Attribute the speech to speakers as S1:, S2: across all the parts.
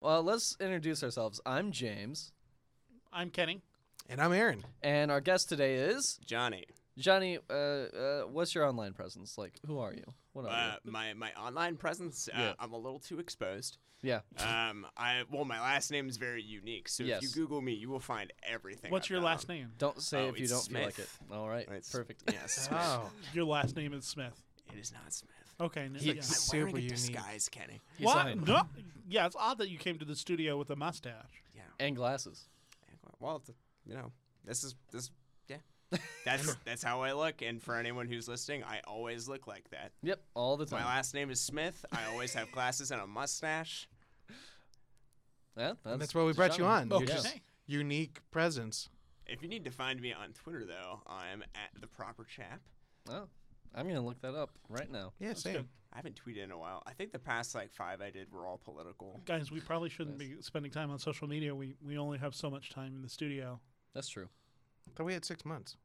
S1: Well, let's introduce ourselves. I'm James,
S2: I'm Kenny.
S3: And I'm Aaron.
S1: and our guest today is
S4: Johnny.
S1: Johnny. Uh, uh, what's your online presence like? Who are you? What are
S4: Uh, my my online presence, uh,
S1: Yeah.
S4: I'm a little too exposed.
S1: you? Yeah.
S4: Um, I well, my last name is very unique, so if you
S1: Yes.
S4: Google me, you will find everything.
S2: What's
S4: I've
S2: your
S4: done.
S2: last name?
S1: Don't say
S4: oh,
S1: if you
S4: it's
S1: don't feel like it.
S4: Smith.
S1: All right.
S4: It's-
S1: Perfect.
S4: Yes,
S3: Oh.
S2: Your last name is Smith.
S4: it is not Smith.
S2: Okay. n-
S3: He-
S2: yeah.
S4: I'm
S3: Super
S4: wearing a
S3: unique.
S4: disguise, Kenny.
S1: He's
S2: What?
S1: lying.
S2: No. Yeah, it's odd that you came to the studio with a mustache.
S4: Yeah.
S1: And glasses.
S4: Well, it's a- you know, this is this. Yeah. That's that's how I look, and for anyone who's listening, I always look like that.
S1: Yep. All the
S4: My
S1: time.
S4: last name is Smith. I always have glasses and a mustache.
S1: Yeah, that's,
S3: that's why we brought you
S1: Johnny.
S3: on. You're
S1: Yeah.
S3: just-
S2: Hey,
S3: Unique presence.
S4: If you need to find me on Twitter, though, I'm at the proper chap.
S1: Oh, I'm gonna look that up right now.
S3: Yeah,
S2: that's
S3: same.
S2: good.
S4: I haven't tweeted in a while. I think the past like five I did were all political.
S2: Guys, we probably shouldn't be spending time on social media. We we only have so much time in the studio.
S1: That's true.
S3: Thought we had six months.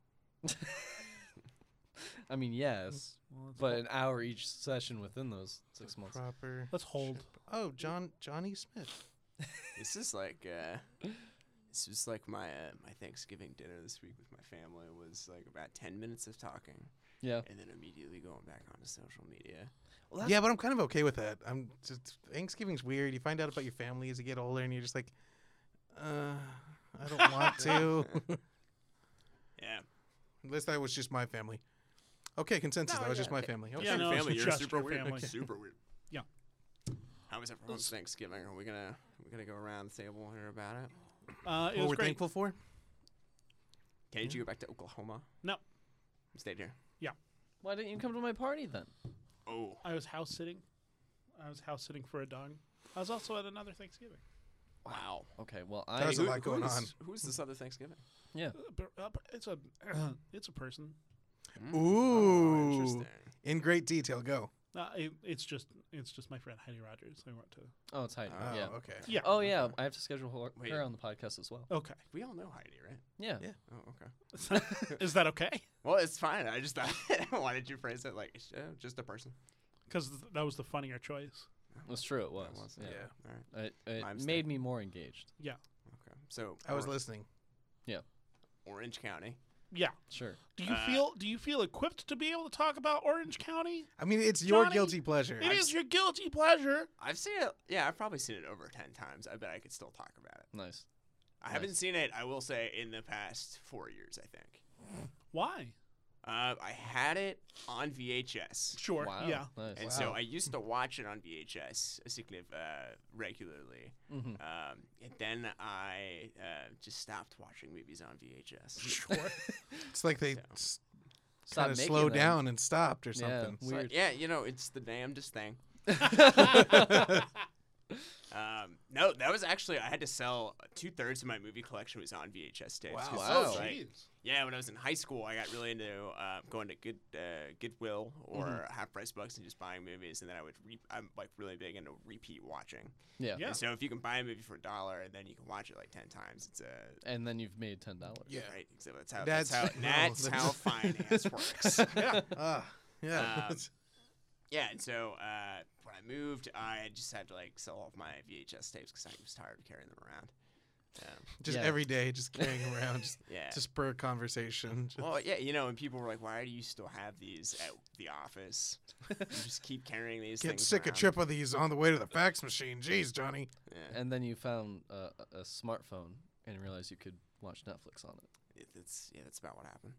S1: I mean, yes,
S2: Well, let's
S1: but
S2: hol-
S1: an hour each session within those six months.
S3: Proper.
S2: let's hold.
S3: Oh, John Johnny Smith.
S4: This is like uh, this was like my uh, my Thanksgiving dinner this week with my family was like about ten minutes of talking
S1: Yeah.
S4: and then immediately going back onto social media.
S1: Well,
S3: yeah, but I'm kind of okay with that. I'm just Thanksgiving's weird. You find out about your family as you get older, and you're just like, uh, I don't want to.
S4: Yeah,
S3: Unless that was just my family. Okay, consensus.
S4: No,
S3: that was
S4: yeah,
S3: just my
S4: okay.
S3: family. Okay.
S2: Yeah, no,
S4: Your family,
S2: it's
S4: you're
S2: just
S4: super
S2: your
S4: weird.
S2: family.
S4: super weird.
S2: Yeah.
S4: How was everyone's Thanksgiving? Are we gonna we gonna go around the table and hear about it?
S2: Uh, it
S3: What
S2: was
S3: we're
S2: great.
S3: thankful for?
S4: Can you go back to Oklahoma?
S2: No,
S4: Stayed here.
S1: Why didn't you come to my party then?
S4: Oh,
S2: I was house sitting. I was house sitting for a dog. I was also at another Thanksgiving.
S4: wow.
S1: Okay. Well,
S3: That
S1: I
S3: was There's a lot going
S4: who's,
S3: on.
S4: Who's this other Thanksgiving?
S1: yeah.
S2: Uh, but- uh, but It's a it's a person.
S1: Mm.
S4: Oh,
S3: Ooh.
S4: interesting.
S3: In great detail. Go.
S2: Uh, it, it's just it's just my friend Heidi Rogers. I went to.
S1: Oh, it's Heidi.
S3: Oh,
S1: yeah.
S3: okay.
S2: Yeah.
S1: Oh yeah, I have to schedule her,
S4: Wait.
S1: her on the podcast as well.
S2: Okay.
S4: We all know Heidi, right?
S1: Yeah.
S3: Yeah.
S4: Oh, okay.
S2: Is that okay?
S4: Well, it's fine. I just thought why did you phrase it like it's, uh, just a person?
S2: Because that was the funnier choice.
S1: That's true. It was.
S4: That was-
S1: yeah.
S4: All right.
S1: It, it
S4: My mistake.
S1: made me more engaged.
S2: Yeah.
S4: Okay. So
S3: I was
S4: Or-
S3: listening.
S4: Orange County.
S2: Yeah.
S1: Sure.
S2: Do you
S4: Uh,
S2: feel do you feel equipped to be able to talk about Orange County?
S3: I mean, it's your
S2: Johnny,
S3: guilty pleasure.
S2: It is your guilty pleasure.
S4: I've seen it. Yeah, I've probably seen it over ten times. I bet I could still talk about it.
S1: Nice.
S4: I haven't seen it. I will say in the past four years, I think.
S2: Why?
S4: Uh, I had it on VHS,
S2: Sure.
S1: Wow.
S2: Yeah.
S1: Nice.
S4: and so I used to watch it on VHS a signif- uh, regularly.
S1: Mhm.
S4: Um, and then I uh, just stopped watching movies on VHS.
S2: Sure.
S3: It's like they
S4: So.
S3: s-
S1: Stop
S3: kind of
S1: making
S3: slowed
S1: them.
S3: down and stopped or
S1: Yeah,
S3: something.
S4: It's like,
S1: weird.
S4: yeah, you know, it's the damnedest thing.
S2: Oh,
S4: Um, no, that was actually I had to sell two thirds of my movie collection was on VHS tapes.
S3: Wow.
S4: 'cause
S1: Wow.
S4: it's
S1: Oh,
S4: like-
S2: jeez.
S4: yeah, when I was in high school, I got really into uh, going to Good uh, Goodwill or Half Price Books and just buying movies, and then I would re- I'm like really big into repeat watching.
S1: yeah.
S2: Yeah.
S4: And so if you can buy a movie for a dollar and then you can watch it like ten times, it's a
S1: And then you've made ten dollars.
S3: Yeah.
S4: right. So that's how
S3: That's-
S4: that's,
S3: wow,
S4: how that's,
S3: that's-
S4: how finance works.
S3: Yeah. Ah, yeah.
S4: Um, Yeah, and so uh, when I moved, I just had to like sell off my VHS tapes because I was tired of carrying them around. Um,
S3: just
S1: yeah.
S3: every day, just carrying around, just
S4: yeah.
S3: to spur conversation. Just-
S4: Well, yeah, you know, and people were like, "Why do you still have these at the office? You just keep carrying these
S3: get
S4: things."
S3: sick
S4: around.
S3: a trip of these on the way to the fax machine. Jeez, Johnny.
S4: Yeah,
S1: And then you found uh, a a smartphone and realized you could watch Netflix on it.
S4: it- it's yeah, that's about what happened.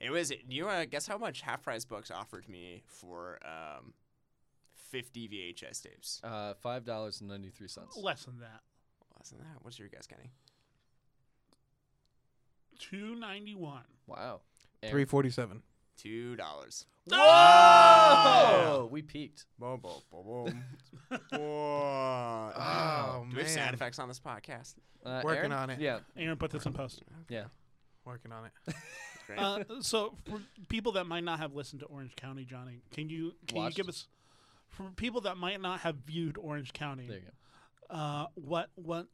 S4: It was. You want to guess how much Half Price Books offered me for um, fifty VHS tapes?
S1: Uh, Five dollars and ninety three cents.
S2: Less than that.
S4: Less than that. What's your guess, Kenny?
S2: Two ninety one.
S1: Wow. Aaron.
S3: forty-seven.
S4: Two dollars. Oh!
S1: Whoa! Oh! We peaked.
S4: Boom, boom, boom, boom. Whoa.
S3: Oh
S4: Do we
S3: man,
S4: have sound effects on this podcast?
S1: Uh, Aaron?
S3: Working on it.
S1: Yeah.
S2: Aaron put this in post.
S1: Yeah.
S3: working on it.
S4: Great.
S2: Uh, so for people that might not have listened to Orange County, Johnny, can you can
S1: Watched.
S2: you give us for people that might not have viewed Orange County,
S1: There you go.
S2: uh, what what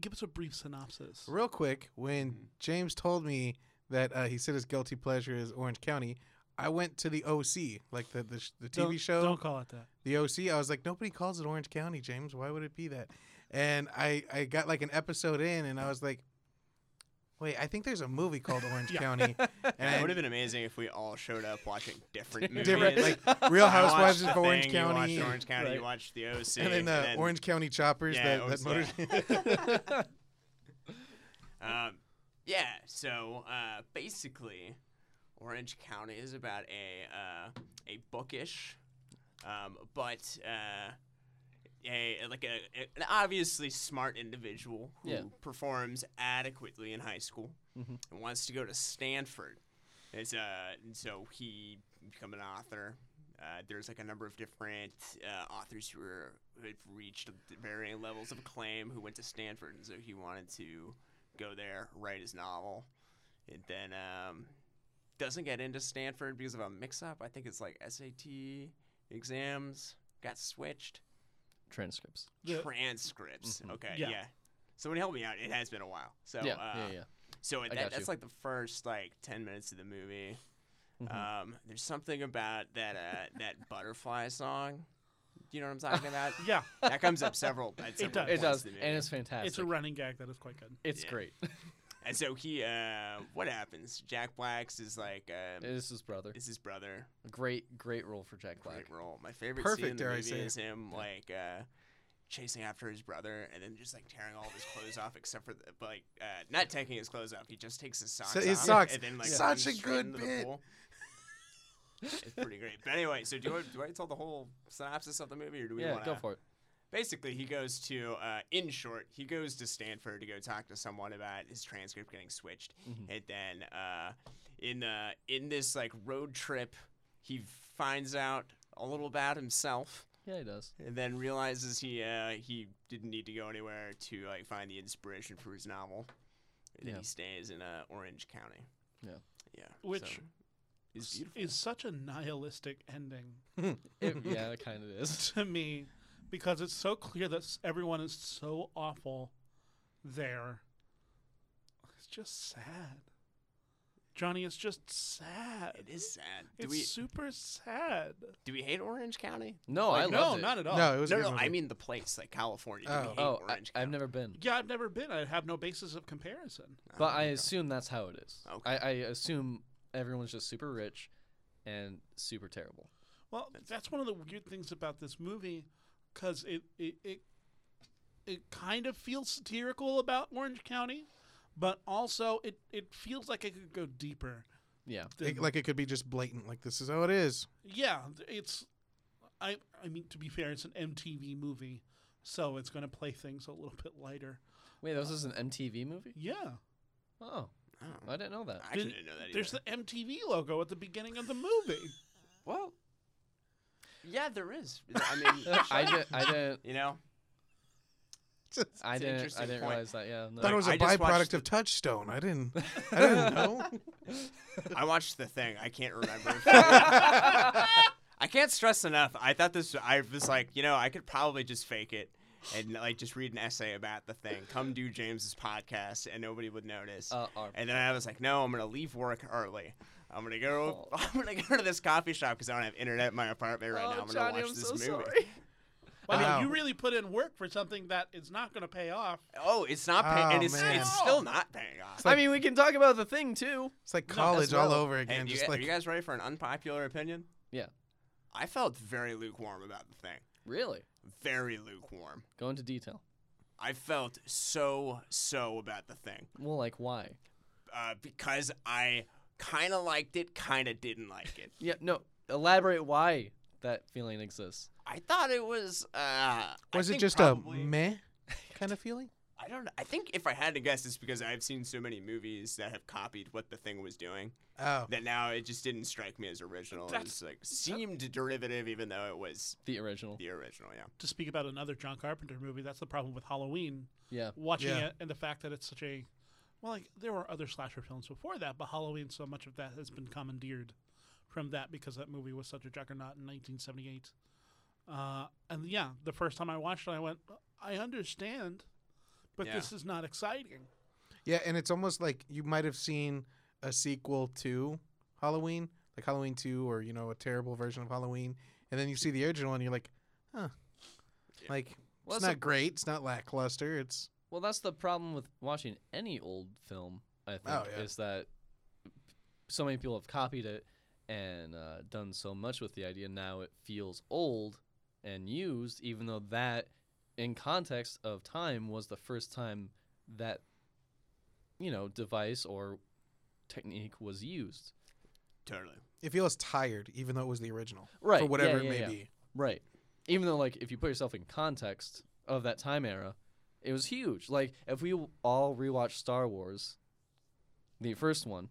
S2: give us a brief synopsis?
S3: Real quick, when James told me that uh, he said his guilty pleasure is Orange County, I went to the OC, like the the, sh- the TV
S2: Don't-
S3: show,
S2: Don't call it that.
S3: the OC. I was like, nobody calls it Orange County, James. Why would it be that? and I I got like an episode in, and I was like, wait, I think there's a movie called Orange
S2: Yeah.
S3: County,
S4: it would have
S3: and
S4: been amazing if we all showed up watching different movies.
S3: different like
S4: You
S3: Real
S4: watched
S3: Housewives
S4: The
S3: of Orange
S4: Thing,
S3: County,
S4: You watched Orange County.
S1: Right.
S4: You watched The OC.
S3: and then the Orange County Choppers,
S4: Yeah,
S3: that, that
S4: oh,
S3: motor.
S4: Um, yeah. So uh, basically, Orange County is about a uh, a bookish, um, but uh, a like a an obviously smart individual who
S1: Yeah.
S4: performs adequately in high school
S1: Mhm.
S4: and wants to go to Stanford. It's, uh, and so he become an author. Uh, there's like a number of different uh, authors who are who have reached varying levels of acclaim who went to Stanford, and so he wanted to go there, write his novel, and then um, doesn't get into Stanford because of a mix-up. I think it's like SAT exams got switched.
S1: Transcripts.
S2: The-
S4: Transcripts.
S1: Mhm.
S4: Okay, yeah.
S2: Yeah.
S4: Somebody help me out. It has been a while. So
S1: yeah,
S4: uh,
S1: yeah, yeah.
S4: so that,
S1: got
S4: that's
S1: you.
S4: like the first like ten minutes of the movie.
S1: Mhm.
S4: Um, there's something about that uh, that butterfly song. You know what I'm talking about?
S2: yeah,
S4: that comes up several. At
S2: does.
S4: several points
S1: It does,
S4: in the
S1: and
S4: movie.
S1: it's fantastic.
S2: it's a running gag that is quite good.
S1: It's
S4: Yeah.
S1: great.
S4: And so he, uh, what happens? Jack Black's is like, um,
S1: This is his brother.
S4: is his brother.
S1: Great, great role for Jack Black.
S4: Great role. My favorite scene in
S3: Perfect,
S4: the
S3: dare I
S4: movie
S3: say.
S4: is him like uh, chasing after his brother and then just like tearing all of his clothes off, except for the, like uh, not taking his clothes off. He just takes his socks.
S3: So- his
S4: off
S3: socks.
S4: And then like
S3: Such
S4: runs
S3: a
S4: straight
S3: good
S4: into the
S3: bit.
S4: pool. it's pretty great. But anyway, so do I, do I tell the whole synopsis of the movie, or do we
S1: yeah,
S4: want
S1: go for it.
S4: basically he goes to uh, in short he goes to stanford to go talk to someone about his transcript getting switched
S1: Mhm.
S4: and then uh, in uh, in this like road trip he finds out a little about himself
S1: Yeah, he does.
S4: and then realizes he uh, he didn't need to go anywhere to like find the inspiration for his novel and then
S1: Yeah.
S4: he stays in uh, orange county
S1: Yeah.
S4: yeah
S2: Which
S4: so it's
S2: S-
S4: beautiful
S2: is such a nihilistic ending
S1: It, yeah, it kind of is.
S2: to me because it's so clear that s- everyone is so awful there. It's just sad. Johnny is just sad.
S4: it is sad do
S2: It's
S4: we
S2: super sad.
S4: do we hate orange county
S1: No, I
S2: Like, no,
S1: loved it.
S2: not at all.
S3: No, it was a
S4: Oh, no,
S3: good
S4: no,
S3: movie.
S4: I mean the place, like California. Do we
S3: Oh.
S4: hate
S1: Oh, I,
S4: Orange
S1: I've
S4: County?
S1: never been,
S2: yeah, I've never been. I have no basis of comparison.
S1: but
S4: Oh,
S1: I
S4: okay.
S1: assume that's how it is.
S4: Okay.
S1: I, I assume everyone's just super rich and super terrible.
S2: Well, that's one of the weird things about this movie, because it it, it it kind of feels satirical about Orange County, but also it it feels like it could go deeper.
S1: Yeah,
S2: than-
S3: It- like it could be just blatant. Like this is how it is.
S2: yeah, it's I I mean to be fair, it's an MTV movie, so it's going to play things a little bit lighter.
S1: wait, this is an MTV movie.
S2: Yeah,
S1: Oh,
S4: Oh,
S1: I didn't know that.
S4: I actually
S2: Did-
S4: didn't know that.
S2: there's the
S4: either.
S2: MTV logo at the beginning of the movie.
S4: well, yeah, there is. I mean,
S1: I,
S4: sure.
S1: did, I didn't.
S4: you know,
S3: Just-
S1: I
S4: It's an
S1: didn't. I
S4: interesting
S1: didn't
S4: point.
S1: realize that. Yeah, no.
S3: thought it was a
S4: I just watched
S3: byproduct
S4: the-
S3: of Touchstone. I didn't. I didn't know.
S4: I watched the thing. I can't remember. if I- I can't stress enough. I thought this. I was like, you know, I could probably just fake it and like just read an essay about the thing. Come do James's podcast, and nobody would notice.
S1: Uh, our-
S4: And then I was like, no, I'm gonna leave work early. I'm gonna go. I'm gonna go to this coffee shop because I don't have internet in my apartment right
S1: Oh,
S4: now. I'm gonna
S1: Johnny,
S4: watch
S1: I'm
S4: this
S1: so
S4: movie.
S1: sorry.
S2: I
S3: Wow.
S2: mean, you really put in work for something that is not going to pay off.
S4: Oh, it's not paying.
S3: Oh,
S4: and it's,
S3: man.
S4: it's still not paying off.
S1: I mean, we can talk about the thing too.
S3: It's like college all
S1: well.
S3: over
S4: Hey,
S3: again.
S4: do you,
S3: just
S4: gu-
S3: like
S4: are you guys ready for an unpopular opinion?
S1: Yeah,
S4: I felt very lukewarm about the thing.
S1: really.
S4: Very lukewarm.
S1: Go into detail.
S4: I felt so so about the thing
S1: Well, like why?
S4: uh, because I kind of liked it, kind of didn't like it.
S1: Yeah, no. Elaborate why that feeling exists.
S4: I thought it was. Uh, I
S3: was it
S4: think
S3: just
S4: probably-
S3: a meh kind of feeling?
S4: I don't. know. I think if I had to guess, it's because I've seen so many movies that have copied what the thing was doing
S3: Oh,
S4: that now it just didn't strike me as original. It
S2: That's-
S4: just like seemed derivative, even though it was
S1: The original.
S4: the original. Yeah.
S2: To speak about another John Carpenter movie, that's the problem with Halloween.
S1: Yeah.
S2: watching
S3: Yeah.
S2: it and the fact that it's such a well like there were other slasher films before that but halloween so much of that has been commandeered from that because that movie was such a juggernaut in 1978 uh, and yeah the first time i watched it i went i understand but
S4: Yeah.
S2: this is not exciting
S3: yeah, and it's almost like you might have seen a sequel to Halloween, like Halloween Two, or you know, a terrible version of Halloween, and then you see the original and you're like, huh,
S4: Yeah.
S3: like
S1: Well,
S3: it's
S1: that's
S3: not
S1: the-
S3: great. It's not lackluster. It's
S1: well, that's the problem with watching any old film. I think
S3: Oh, yeah.
S1: is that so many people have copied it and uh, done so much with the idea. Now it feels old and used, even though that, in context of time, was the first time that you know device or technique was used.
S4: Totally.
S3: it feels tired, even though it was the original,
S1: Right.
S3: For
S1: yeah,
S3: whatever
S1: yeah,
S3: it may
S1: yeah.
S3: be.
S1: Right. Even though, like, if you put yourself in context of that time era, it was huge. Like, if we all rewatch Star Wars, the first one,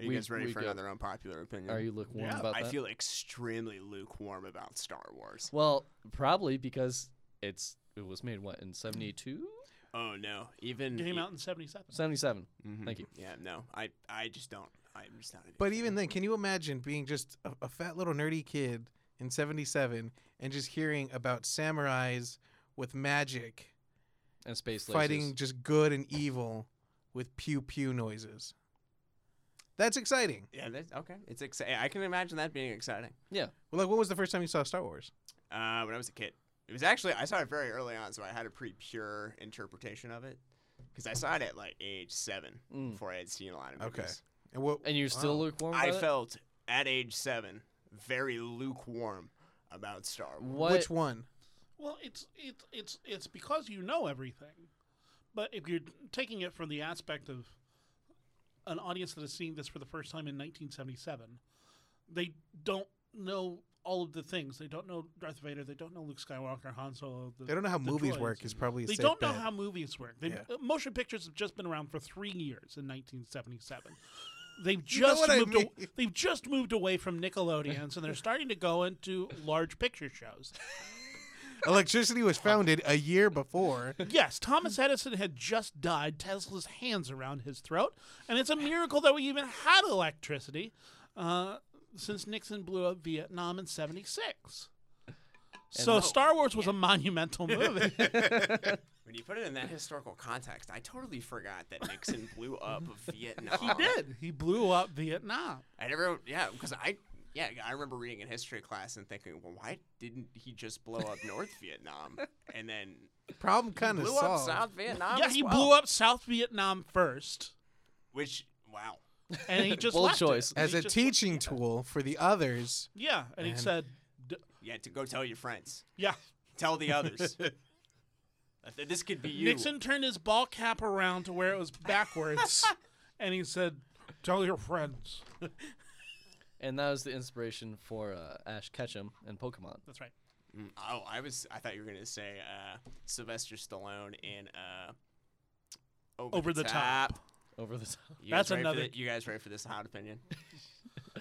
S4: Are you
S1: We-
S4: guys ready
S1: we
S4: for
S1: go-
S4: another unpopular opinion?
S1: are you lukewarm
S2: Yeah,
S1: about
S4: I
S1: that?
S4: feel extremely lukewarm about Star Wars.
S1: well, probably because it's it was made what in 72?
S4: Oh no, even
S2: It came out in 77.
S1: 77.
S4: Mhm.
S1: Thank you.
S4: Yeah, no, I I just don't. I'm just not. a big
S3: But
S4: fan.
S3: even then, can you imagine being just a, a fat little nerdy kid in '77 and just hearing about samurais with magic
S1: And space lasers.
S3: fighting just good and evil with pew pew noises? That's exciting.
S4: yeah, that's okay. It's exciting. I can imagine that being exciting.
S3: Well, like, when was the first time you saw Star Wars?
S4: Uh, when I was a kid, it was actually I saw it very early on, so I had a pretty pure interpretation of it because I saw it at like age seven
S1: Mm.
S4: before I had seen a lot of
S3: Okay.
S4: movies.
S3: And what?
S1: And you're still
S3: Wow.
S1: lukewarm about
S4: I
S1: it?
S4: felt at age seven very lukewarm about Star Wars.
S1: What?
S3: Which one?
S2: Well, it's it's it's it's because you know everything, but if you're taking it from the aspect of an audience that has seen this for the first time in 1977, they don't know all of the things. They don't know Darth Vader. They don't know Luke Skywalker, Han Solo. The,
S3: They don't know how
S2: the
S3: movies
S2: droids.
S3: work. Is probably a
S2: They
S3: safe
S2: don't know
S3: bet.
S2: how movies work. They,
S3: Yeah.
S2: uh, motion pictures have just been around for three years in 1977. They've
S3: You know
S2: just
S3: what I
S2: moved. aw-
S3: mean.
S2: they've just moved away from Nickelodeons, and they're starting to go into large picture shows.
S3: Electricity was founded a year before.
S2: Yes, Thomas Edison had just died, Tesla's hands around his throat, and it's a miracle that we even had electricity uh, since Nixon blew up Vietnam in 76. So
S1: no-
S2: Star Wars was a monumental movie.
S4: When you put it in that historical context, I totally forgot that Nixon blew up Vietnam.
S2: he did. He blew up Vietnam.
S4: I never, yeah, because I, yeah, I remember reading in history class and thinking, well, why didn't he just blow up North Vietnam and then
S3: Problem kind of
S4: blew up
S3: solved.
S4: South Vietnam?
S2: yeah,
S4: as
S2: he
S4: well?
S2: blew up South Vietnam first,
S4: Which, wow,
S2: and he just
S1: Bold
S2: left it.
S1: choice.
S2: And
S3: as
S2: he
S3: a
S2: just-
S3: teaching tool for the others.
S2: Yeah, and he
S3: And-
S2: said, d-
S4: yeah, to go tell your friends,
S2: yeah.
S4: tell the others. Uh, th- this could be you.
S2: Nixon turned his ball cap around to where it was backwards, and he said, "Tell your friends."
S1: And that was the inspiration for uh, Ash Ketchum and Pokemon.
S2: That's right.
S4: Mm, Oh, I was. I thought you were gonna say uh, Sylvester Stallone in uh, Over,
S2: Over
S4: the,
S2: the
S4: top.
S1: Over the top.
S4: You guys
S2: That's
S4: ready for
S2: another-
S4: thi- you guys ready for this hot opinion?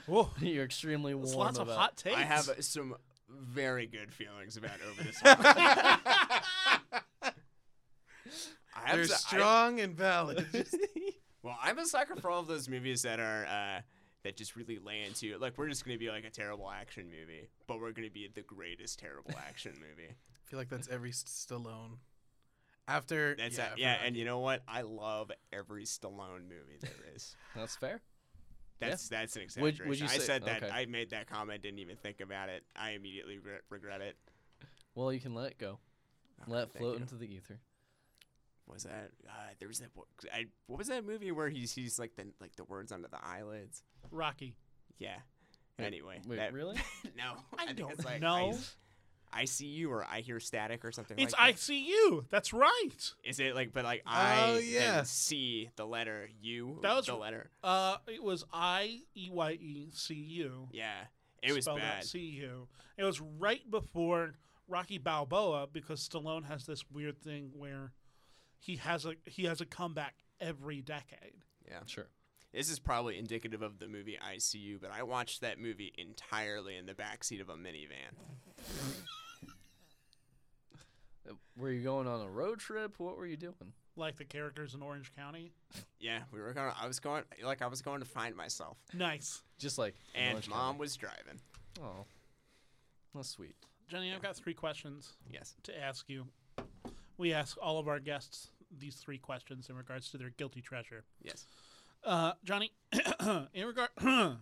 S2: Whoa,
S1: you're extremely warm
S2: There's lots
S1: about
S2: of hot takes.
S4: I have uh, some very good feelings about Over the Top. I have
S3: They're
S4: s- I-
S3: strong and valid.
S4: well, I'm a sucker for all of those movies that are uh, that just really lay into it. Like we're just gonna be like a terrible action movie, but we're gonna be the greatest terrible action movie.
S3: I feel like that's every S- Stallone. After
S4: That's
S3: yeah,
S4: yeah,
S3: after
S4: yeah
S3: Rocky.
S4: and you know what? I love every Stallone movie there is.
S1: That's fair.
S4: That's that's an
S1: Would-
S4: exaggeration.
S1: would you
S4: I
S1: say-
S4: said that.
S1: okay.
S4: I made that comment. Didn't even think about it. I immediately re- regret it.
S1: Well, you can let it go.
S4: All right,
S1: Let it
S4: thank
S1: float
S4: you.
S1: into the ether.
S4: Was that uh, there was that what, I, what was that movie where he sees like the like the words under the eyelids?
S2: Rocky.
S4: Yeah.
S1: Wait,
S4: anyway,
S1: Wait,
S4: that-
S1: really?
S4: no,
S2: I
S4: think
S2: don't
S4: it's like I,
S2: know.
S4: s- I see you or I hear static or something.
S2: It's
S4: like that.
S2: ICU. That's right.
S4: Is it like but like I
S3: Oh,
S4: then
S3: yeah.
S4: see the letter U.
S2: That was
S4: the
S2: r-
S4: letter.
S2: Uh, it was I E Y E C U.
S4: Yeah, it was
S2: spelled
S4: bad.
S2: Out C-U. It was right before Rocky Balboa because Stallone has this weird thing where he has a he has a comeback every decade.
S4: yeah.
S1: Sure.
S4: This is probably indicative of the movie ICU, but I watched that movie entirely in the backseat of a minivan.
S1: Uh, Were you going on a road trip? What were you doing?
S2: Like the characters in Orange County.
S4: Yeah, we were going. I was going like I was going to find myself,
S2: Nice.
S1: Just like in
S4: and
S1: Orange
S4: mom was driving.
S1: County. Oh, that's sweet.
S2: Jenny, I've got three questions
S4: Yes.
S2: to ask you. We ask all of our guests these three questions in regards to their guilty treasure.
S4: Yes.
S2: Uh, Johnny, in regard
S4: Can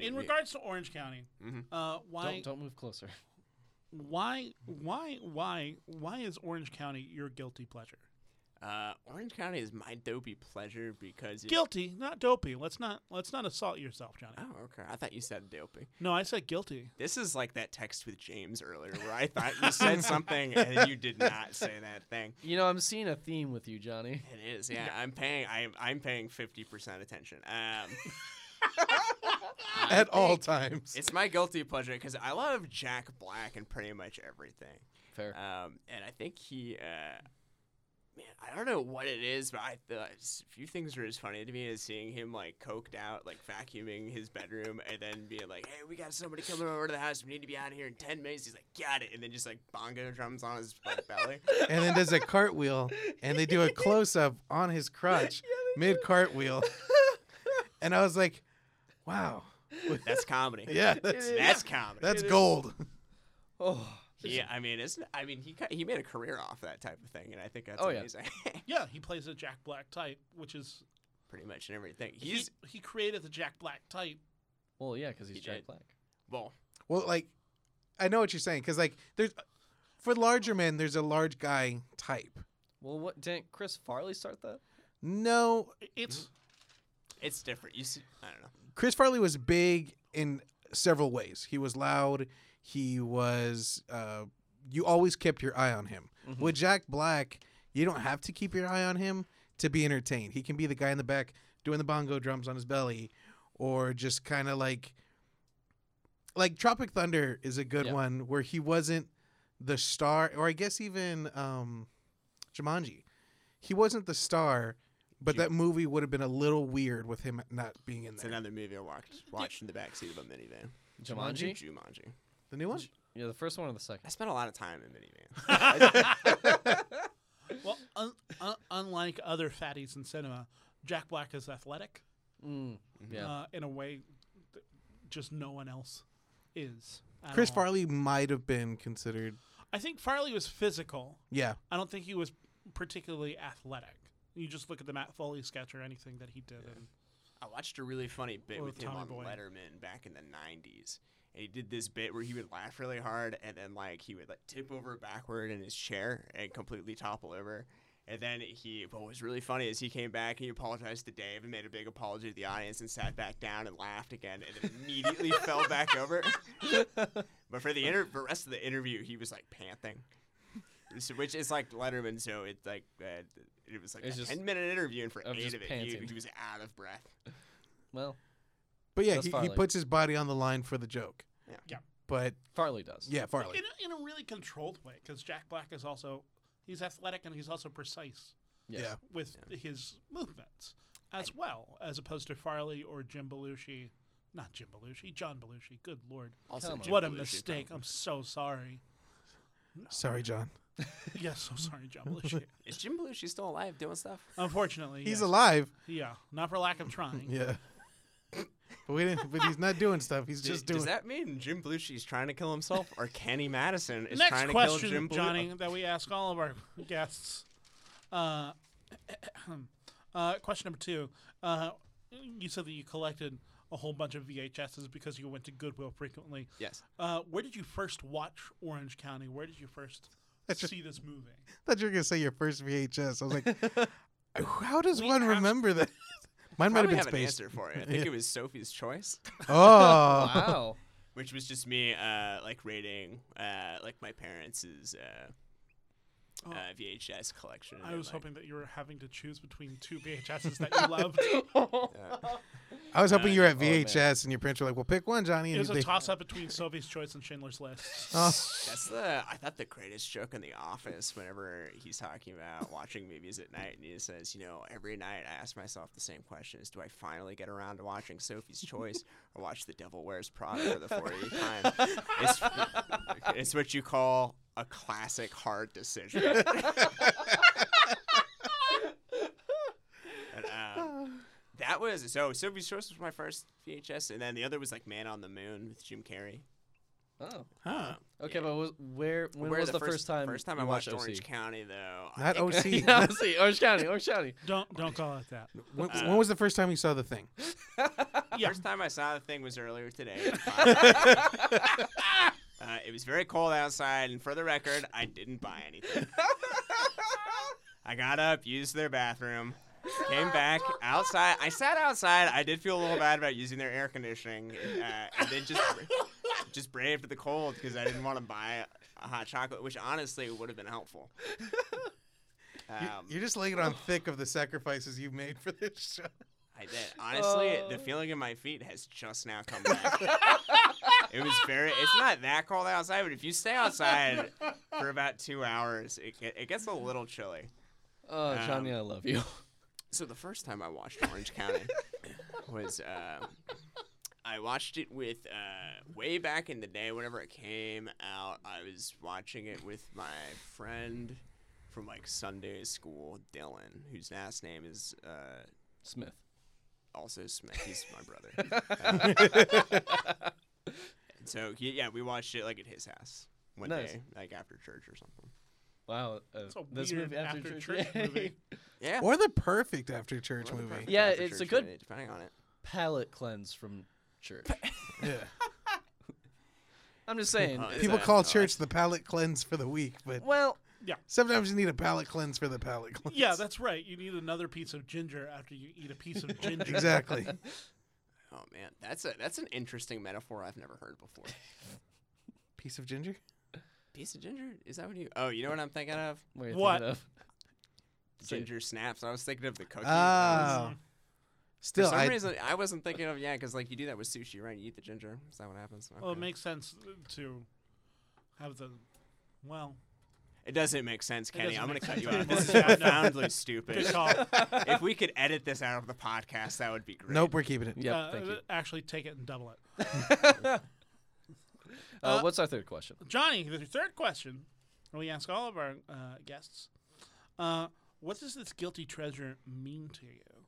S2: in regards to Orange County,
S4: Mhm.
S2: uh, why
S1: Don't don't move closer.
S2: Why, why, why, why is Orange County your guilty pleasure?
S4: Uh, Orange County is my dopey pleasure because it-
S2: Guilty, not dopey. Let's not let's not assault yourself, Johnny.
S4: Oh, okay. I thought you said dopey.
S2: No, I said guilty.
S4: This is like that text with James earlier where I thought you said something and you did not say that thing.
S1: You know, I'm seeing a theme with you, Johnny.
S4: It is, yeah. I'm paying. I, I'm paying fifty percent attention. Um,
S3: At all times.
S4: it's my guilty pleasure because I love Jack Black and pretty much everything.
S1: Fair.
S4: Um, and I think he, uh, man, I don't know what it is, but I the few things were as funny to me as seeing him like coked out, like vacuuming his bedroom, and then being like, "Hey, we got somebody coming over to the house. We need to be out of here in ten minutes." He's like, "Got it," and then just like bongo drums on his like, belly.
S3: and then does a cartwheel and they do a close up on his crotch mid cartwheel. and I was like, wow.
S4: That's comedy.
S3: Yeah, that's
S4: that's comedy.
S3: that's gold.
S1: oh,
S4: yeah. I mean, it's I mean he ki- he made a career off that type of thing, and I think that's
S1: Oh, yeah.
S4: amazing.
S2: Yeah, he plays a Jack Black type, which is
S4: pretty much in everything.
S2: he-
S4: He's
S2: he, created the Jack Black type.
S1: well, yeah, because he's
S4: He
S1: Jack
S4: did.
S1: Black.
S4: well,
S3: Well, like, I know what you're saying because, like, there's for larger men, there's a large guy type.
S1: Well, what didn't Chris Farley start that?
S3: No,
S2: It's
S4: it's different. You see, I don't know.
S3: Chris Farley was big in several ways. He was loud. He was. Uh, you always kept your eye on him.
S4: Mm-hmm.
S3: With Jack Black, you don't have to keep your eye on him to be entertained. He can be the guy in the back doing the bongo drums on his belly, or just kind of like. Like Tropic Thunder is a good
S1: Yeah.
S3: one where he wasn't the star, or I guess even um, Jumanji. He wasn't the star, but that movie would have been a little weird with him not being in
S4: It's
S3: there.
S4: another movie I watched watched in the backseat of a minivan.
S1: Jumanji?
S4: Jumanji.
S3: The new one?
S1: Yeah, the first one or the
S4: I
S1: second?
S4: spent a lot of time in minivan.
S2: well, un, un, unlike other fatties in cinema, Jack Black is athletic
S1: Mm,
S4: Mm-hmm.
S1: yeah.
S2: uh, in a way that just no one else is. at
S3: Chris
S2: all.
S3: Farley might have been considered.
S2: I think Farley was physical.
S3: Yeah.
S2: I don't think he was particularly athletic. You just look at the Matt Foley sketch or anything that he did. And
S4: I watched a really funny bit
S2: Or
S4: with him
S2: Tommy
S4: on
S2: Boy.
S4: Letterman back in the '90s, and he did this bit where he would laugh really hard, and then like he would like tip over backward in his chair and completely topple over. And then he, what was really funny is he came back and he apologized to Dave and made a big apology to the audience and sat back down and laughed again, and then immediately fell back over. But for the inter- for the rest of the interview, he was like panting. So- Which is like Letterman, so it's like uh, it was like
S1: It's
S4: a
S1: just-
S4: ten minute interview, and for
S1: of
S4: eight
S1: just
S4: of it, he,
S1: panting.
S4: he was out of breath.
S1: Well,
S3: But yeah,
S1: That's
S3: he, he
S1: Farley.
S3: puts his body on the line for the joke.
S4: Yeah.
S2: Yeah.
S3: But
S1: Farley does.
S3: yeah, Farley.
S2: in, a, in a really controlled way, because Jack Black is also he's athletic and he's also precise
S1: Yes.
S3: Yeah.
S2: with his movements as well, as opposed to Farley or Jim Belushi. Not Jim Belushi, John Belushi. Good lord,
S4: Also,
S1: Come on.
S4: Jim
S2: what a
S4: Belushi
S2: mistake!
S4: probably.
S2: I'm so sorry.
S3: Sorry, John.
S2: yeah, so sorry, John Belushi.
S4: Is Jim Belushi still alive doing stuff?
S2: Unfortunately,
S3: He's
S2: yes.
S3: alive.
S2: Yeah, not for lack of trying.
S3: Yeah. but we didn't. But he's not doing stuff. He's just
S4: does
S3: doing.
S4: that mean Jim Belushi's trying to kill himself, or Kenny Madison is
S2: Next
S4: trying to kill Jim Oh.
S2: question,
S4: Belushi?
S2: Johnny, that we ask all of our guests. Uh, uh, question number two. Uh, you said that you collected a whole bunch of VHSs because you went to Goodwill frequently.
S4: Yes.
S2: Uh, where did you first watch Orange County? Where did you first see this movie?
S3: I thought you were gonna say your first VHS. I was like, "Oh, how does one
S2: have-
S3: remember that? Mine might
S4: Probably
S3: have
S4: have an
S3: been space.
S4: answer for it. I think it was Sophie's Choice,
S3: Oh,
S1: Wow.
S4: which was just me uh, like rating uh, like my parents' uh, uh, VHS collection.
S2: Oh. I
S4: and,
S2: was
S4: like-
S2: hoping that you were having to choose between two VHSs that you loved.
S4: uh,
S3: I was hoping you were at
S1: Oh, man.
S3: VHS and your parents were like, "Well, pick one, Johnny."
S2: It
S3: And
S2: was
S3: they,
S2: a toss up between Sophie's Choice and Schindler's List.
S3: Oh,
S4: That's the I thought the greatest joke in The Office whenever he's talking about watching movies at night and he says, you know, every night I ask myself the same questions: Do I finally get around to watching Sophie's Choice or watch The Devil Wears Prada for the 40th time? It's, it's what you call a classic hard decision. And, um, that was so Sophie's Choice was my first VHS, and then the other was like Man on the Moon with Jim Carrey. Um,
S1: Oh.
S3: huh.
S1: Okay, but was, where when
S4: Where
S1: was the, first, time?
S4: First time
S1: you
S4: I watched,
S1: OC?
S4: Orange County, though. I
S3: Not
S4: think-
S3: OC.
S1: yeah, OC, Orange County, Orange County.
S2: don't don't call it that.
S3: when, when was the first time you saw the thing?
S2: Yeah.
S4: First time I saw the thing was earlier today. uh, Uh, it was very cold outside, and for the record, I didn't buy anything. I got up, used their bathroom, came back outside. I sat outside. I did feel a little bad about using their air conditioning, and, uh, and then just just braved the cold because I didn't want to buy a hot chocolate, which honestly would have been helpful. Um,
S3: You're just laying it on thick of the sacrifices you've made for this show.
S4: I did. Honestly,
S1: Uh.
S4: the feeling in my feet has just now come back. it was very. It's not that cold outside, but if you stay outside for about two hours, it, ge- it gets a little chilly.
S1: Oh, Johnny,
S4: Um,
S1: I love you.
S4: So the first time I watched Orange County was uh, I watched it with uh, way back in the day. Whenever it came out, I was watching it with my friend from like Sunday school, Dylan, whose last name is. Uh,
S1: Smith.
S4: also Smith. He's my brother. Uh, and so he- yeah, we watched it like at his house one
S1: Nice.
S4: day, like after church or something.
S1: Wow, uh,
S2: It's a
S1: this
S2: weird
S1: movie after,
S2: after-church
S1: yeah.
S2: movie.
S4: Yeah.
S3: Or the perfect after church
S4: Whatever.
S3: movie.
S1: Yeah,
S4: After
S1: it's a
S4: church,
S1: good-
S4: really, Depending on it.
S1: Palate cleanse from church.
S3: Yeah.
S1: I'm just saying.
S4: Uh,
S1: it's-
S3: People
S4: that-
S3: call
S4: no,
S3: church the palate cleanse for the week, but
S1: well,
S3: sometimes you need a palate cleanse for the palate cleanse.
S2: Yeah, that's right. You need another piece of ginger after you eat a piece of ginger.
S3: exactly.
S4: Oh man, that's a that's an interesting metaphor I've never heard before.
S3: Piece of ginger.
S4: Piece of ginger? Is that what you? Oh, you know what I'm thinking of?
S1: what? Are you
S2: What?
S1: thinking of? Say-
S4: Ginger snaps. I was thinking of the cookie. I was-
S3: Oh.
S4: For
S3: Still,
S4: some
S3: I,
S4: reason, I wasn't thinking of yeah, because like you do that with sushi, right? You eat the ginger. Is that what happens?
S2: Well, it
S4: Okay.
S2: makes sense uh, to have the. Well,
S4: It doesn't make sense, Kenny.
S2: doesn't
S4: I'm gonna
S2: make
S4: cut
S2: sense
S4: you out.
S2: anymore.
S4: This is
S2: Yeah, no.
S4: profoundly stupid.
S2: good call.
S4: if we could edit this out of the podcast, that would be great.
S3: nope, we're keeping it.
S1: Yep,
S2: Uh,
S1: thank you.
S2: Actually, take it and double it.
S1: Uh,
S2: uh,
S1: what's our third question?
S2: Johnny, the third question we ask all of our uh, guests uh, What does this guilty treasure mean to you?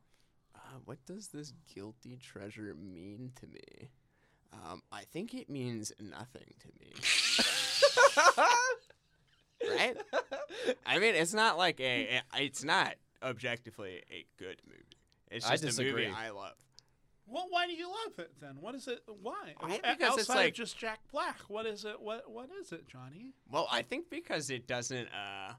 S4: Uh, what does this guilty treasure mean to me? Um, I think it means nothing to me. right? I mean, it's not like a. a- It's not objectively a good movie. It's
S1: I
S4: just a
S1: disagree.
S4: movie I love.
S2: Well, why do you love it then? What is it? Why?
S4: I-
S2: O-
S4: because it's
S2: outside
S4: like-
S2: of just Jack Black, what is it? What What is it, Johnny?
S4: Well, I think because it doesn't. Uh,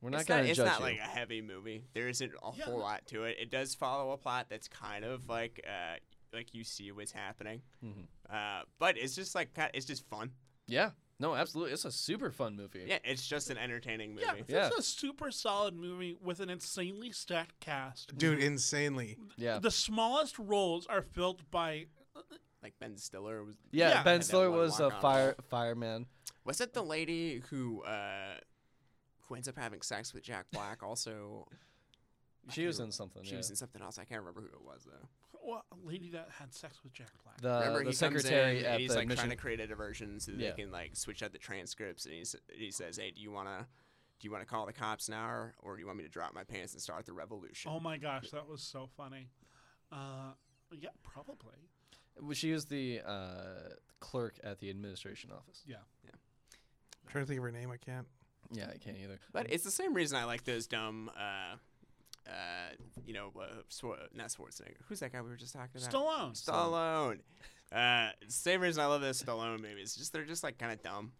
S1: We're not
S4: it's not,
S1: gonna
S4: it's
S1: judge
S4: not
S1: you.
S4: like a heavy movie. There isn't a
S2: Yeah,
S4: whole
S2: no.
S4: lot to it. It does follow a plot that's kind of like uh, like you see what's happening.
S1: Mhm.
S4: Uh, but it's just like kind- it's just fun.
S1: yeah, no, absolutely. It's a super fun movie.
S4: Yeah, it's just an entertaining movie.
S2: Yeah, this
S1: Yeah.
S2: is a super solid movie with an insanely stacked cast.
S3: Dude, insanely.
S1: yeah,
S2: The smallest roles are filled by
S4: Like Ben Stiller was.
S1: yeah.
S2: yeah.
S1: Ben
S4: And that
S1: Stiller
S4: one
S1: was a
S4: walk-on.
S1: fire fireman.
S4: Was it the lady who uh, who ends up having sex with Jack Black? Also, I
S1: She
S4: can't
S1: was in
S4: remember.
S1: something.
S4: She
S1: yeah.
S4: was in something else. I can't remember who it was though.
S2: well, a lady that had sex with Jack Black.
S1: the,
S4: remember
S1: Uh, the
S4: he comes
S1: secretary
S4: in
S1: at
S4: and he's
S1: the
S4: like
S1: mission.
S4: trying to create a diversion so that
S1: Yeah.
S4: they can like switch out the transcripts and he s- he says, "Hey, do you wanna do you wanna call the cops now or, or do you want me to drop my pants and start the revolution?"
S2: oh my gosh, that was so funny. Uh, yeah, probably.
S1: Well, She was the uh, clerk at the administration office.
S2: Yeah.
S3: I'm trying to think of her name. I can't.
S1: Yeah, I can't either.
S4: But it's the same reason I like those dumb. Uh, uh, you know, uh, Swar- not Schwarzenegger. Who's that guy we were just talking about?
S2: Stallone.
S4: Stallone. Uh, same reason I love those Stallone movies. Just they're just like kind of dumb,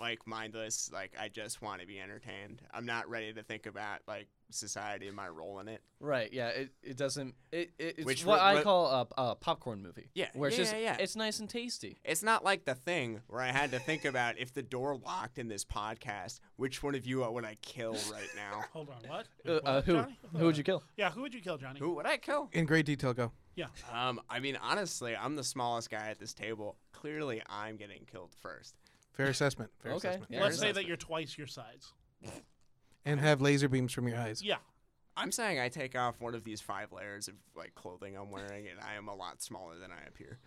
S4: like mindless. Like I just want to be entertained. I'm not ready to think about like society and my role in it.
S1: Right. Yeah. It, it doesn't. It, it it's
S4: Which
S1: what
S4: re-
S1: I
S4: re-
S1: call a, a popcorn movie.
S4: Yeah,
S1: Where it's
S4: yeah,
S1: just
S4: yeah, yeah.
S1: it's nice and tasty.
S4: It's not like the thing where I had to think about if the door locked in this podcast, which one of you would I kill right now?
S2: Hold on, what?
S1: Uh, uh,
S2: What,
S1: who
S2: Johnny?
S1: who would you kill?
S2: Yeah, who would you kill, Johnny?
S4: Who would I kill?
S3: In great detail, go.
S4: Um, I mean, honestly, I'm the smallest guy at this table. Clearly, I'm getting killed first.
S3: Fair assessment. Fair
S1: Okay,
S3: assessment.
S1: yeah.
S2: Let's
S1: Fair
S2: say
S4: assessment.
S2: that you're twice your size.
S3: And have laser beams from your eyes.
S2: Yeah.
S4: I'm saying I take off one of these five layers of like clothing I'm wearing, and I am a lot smaller than I appear.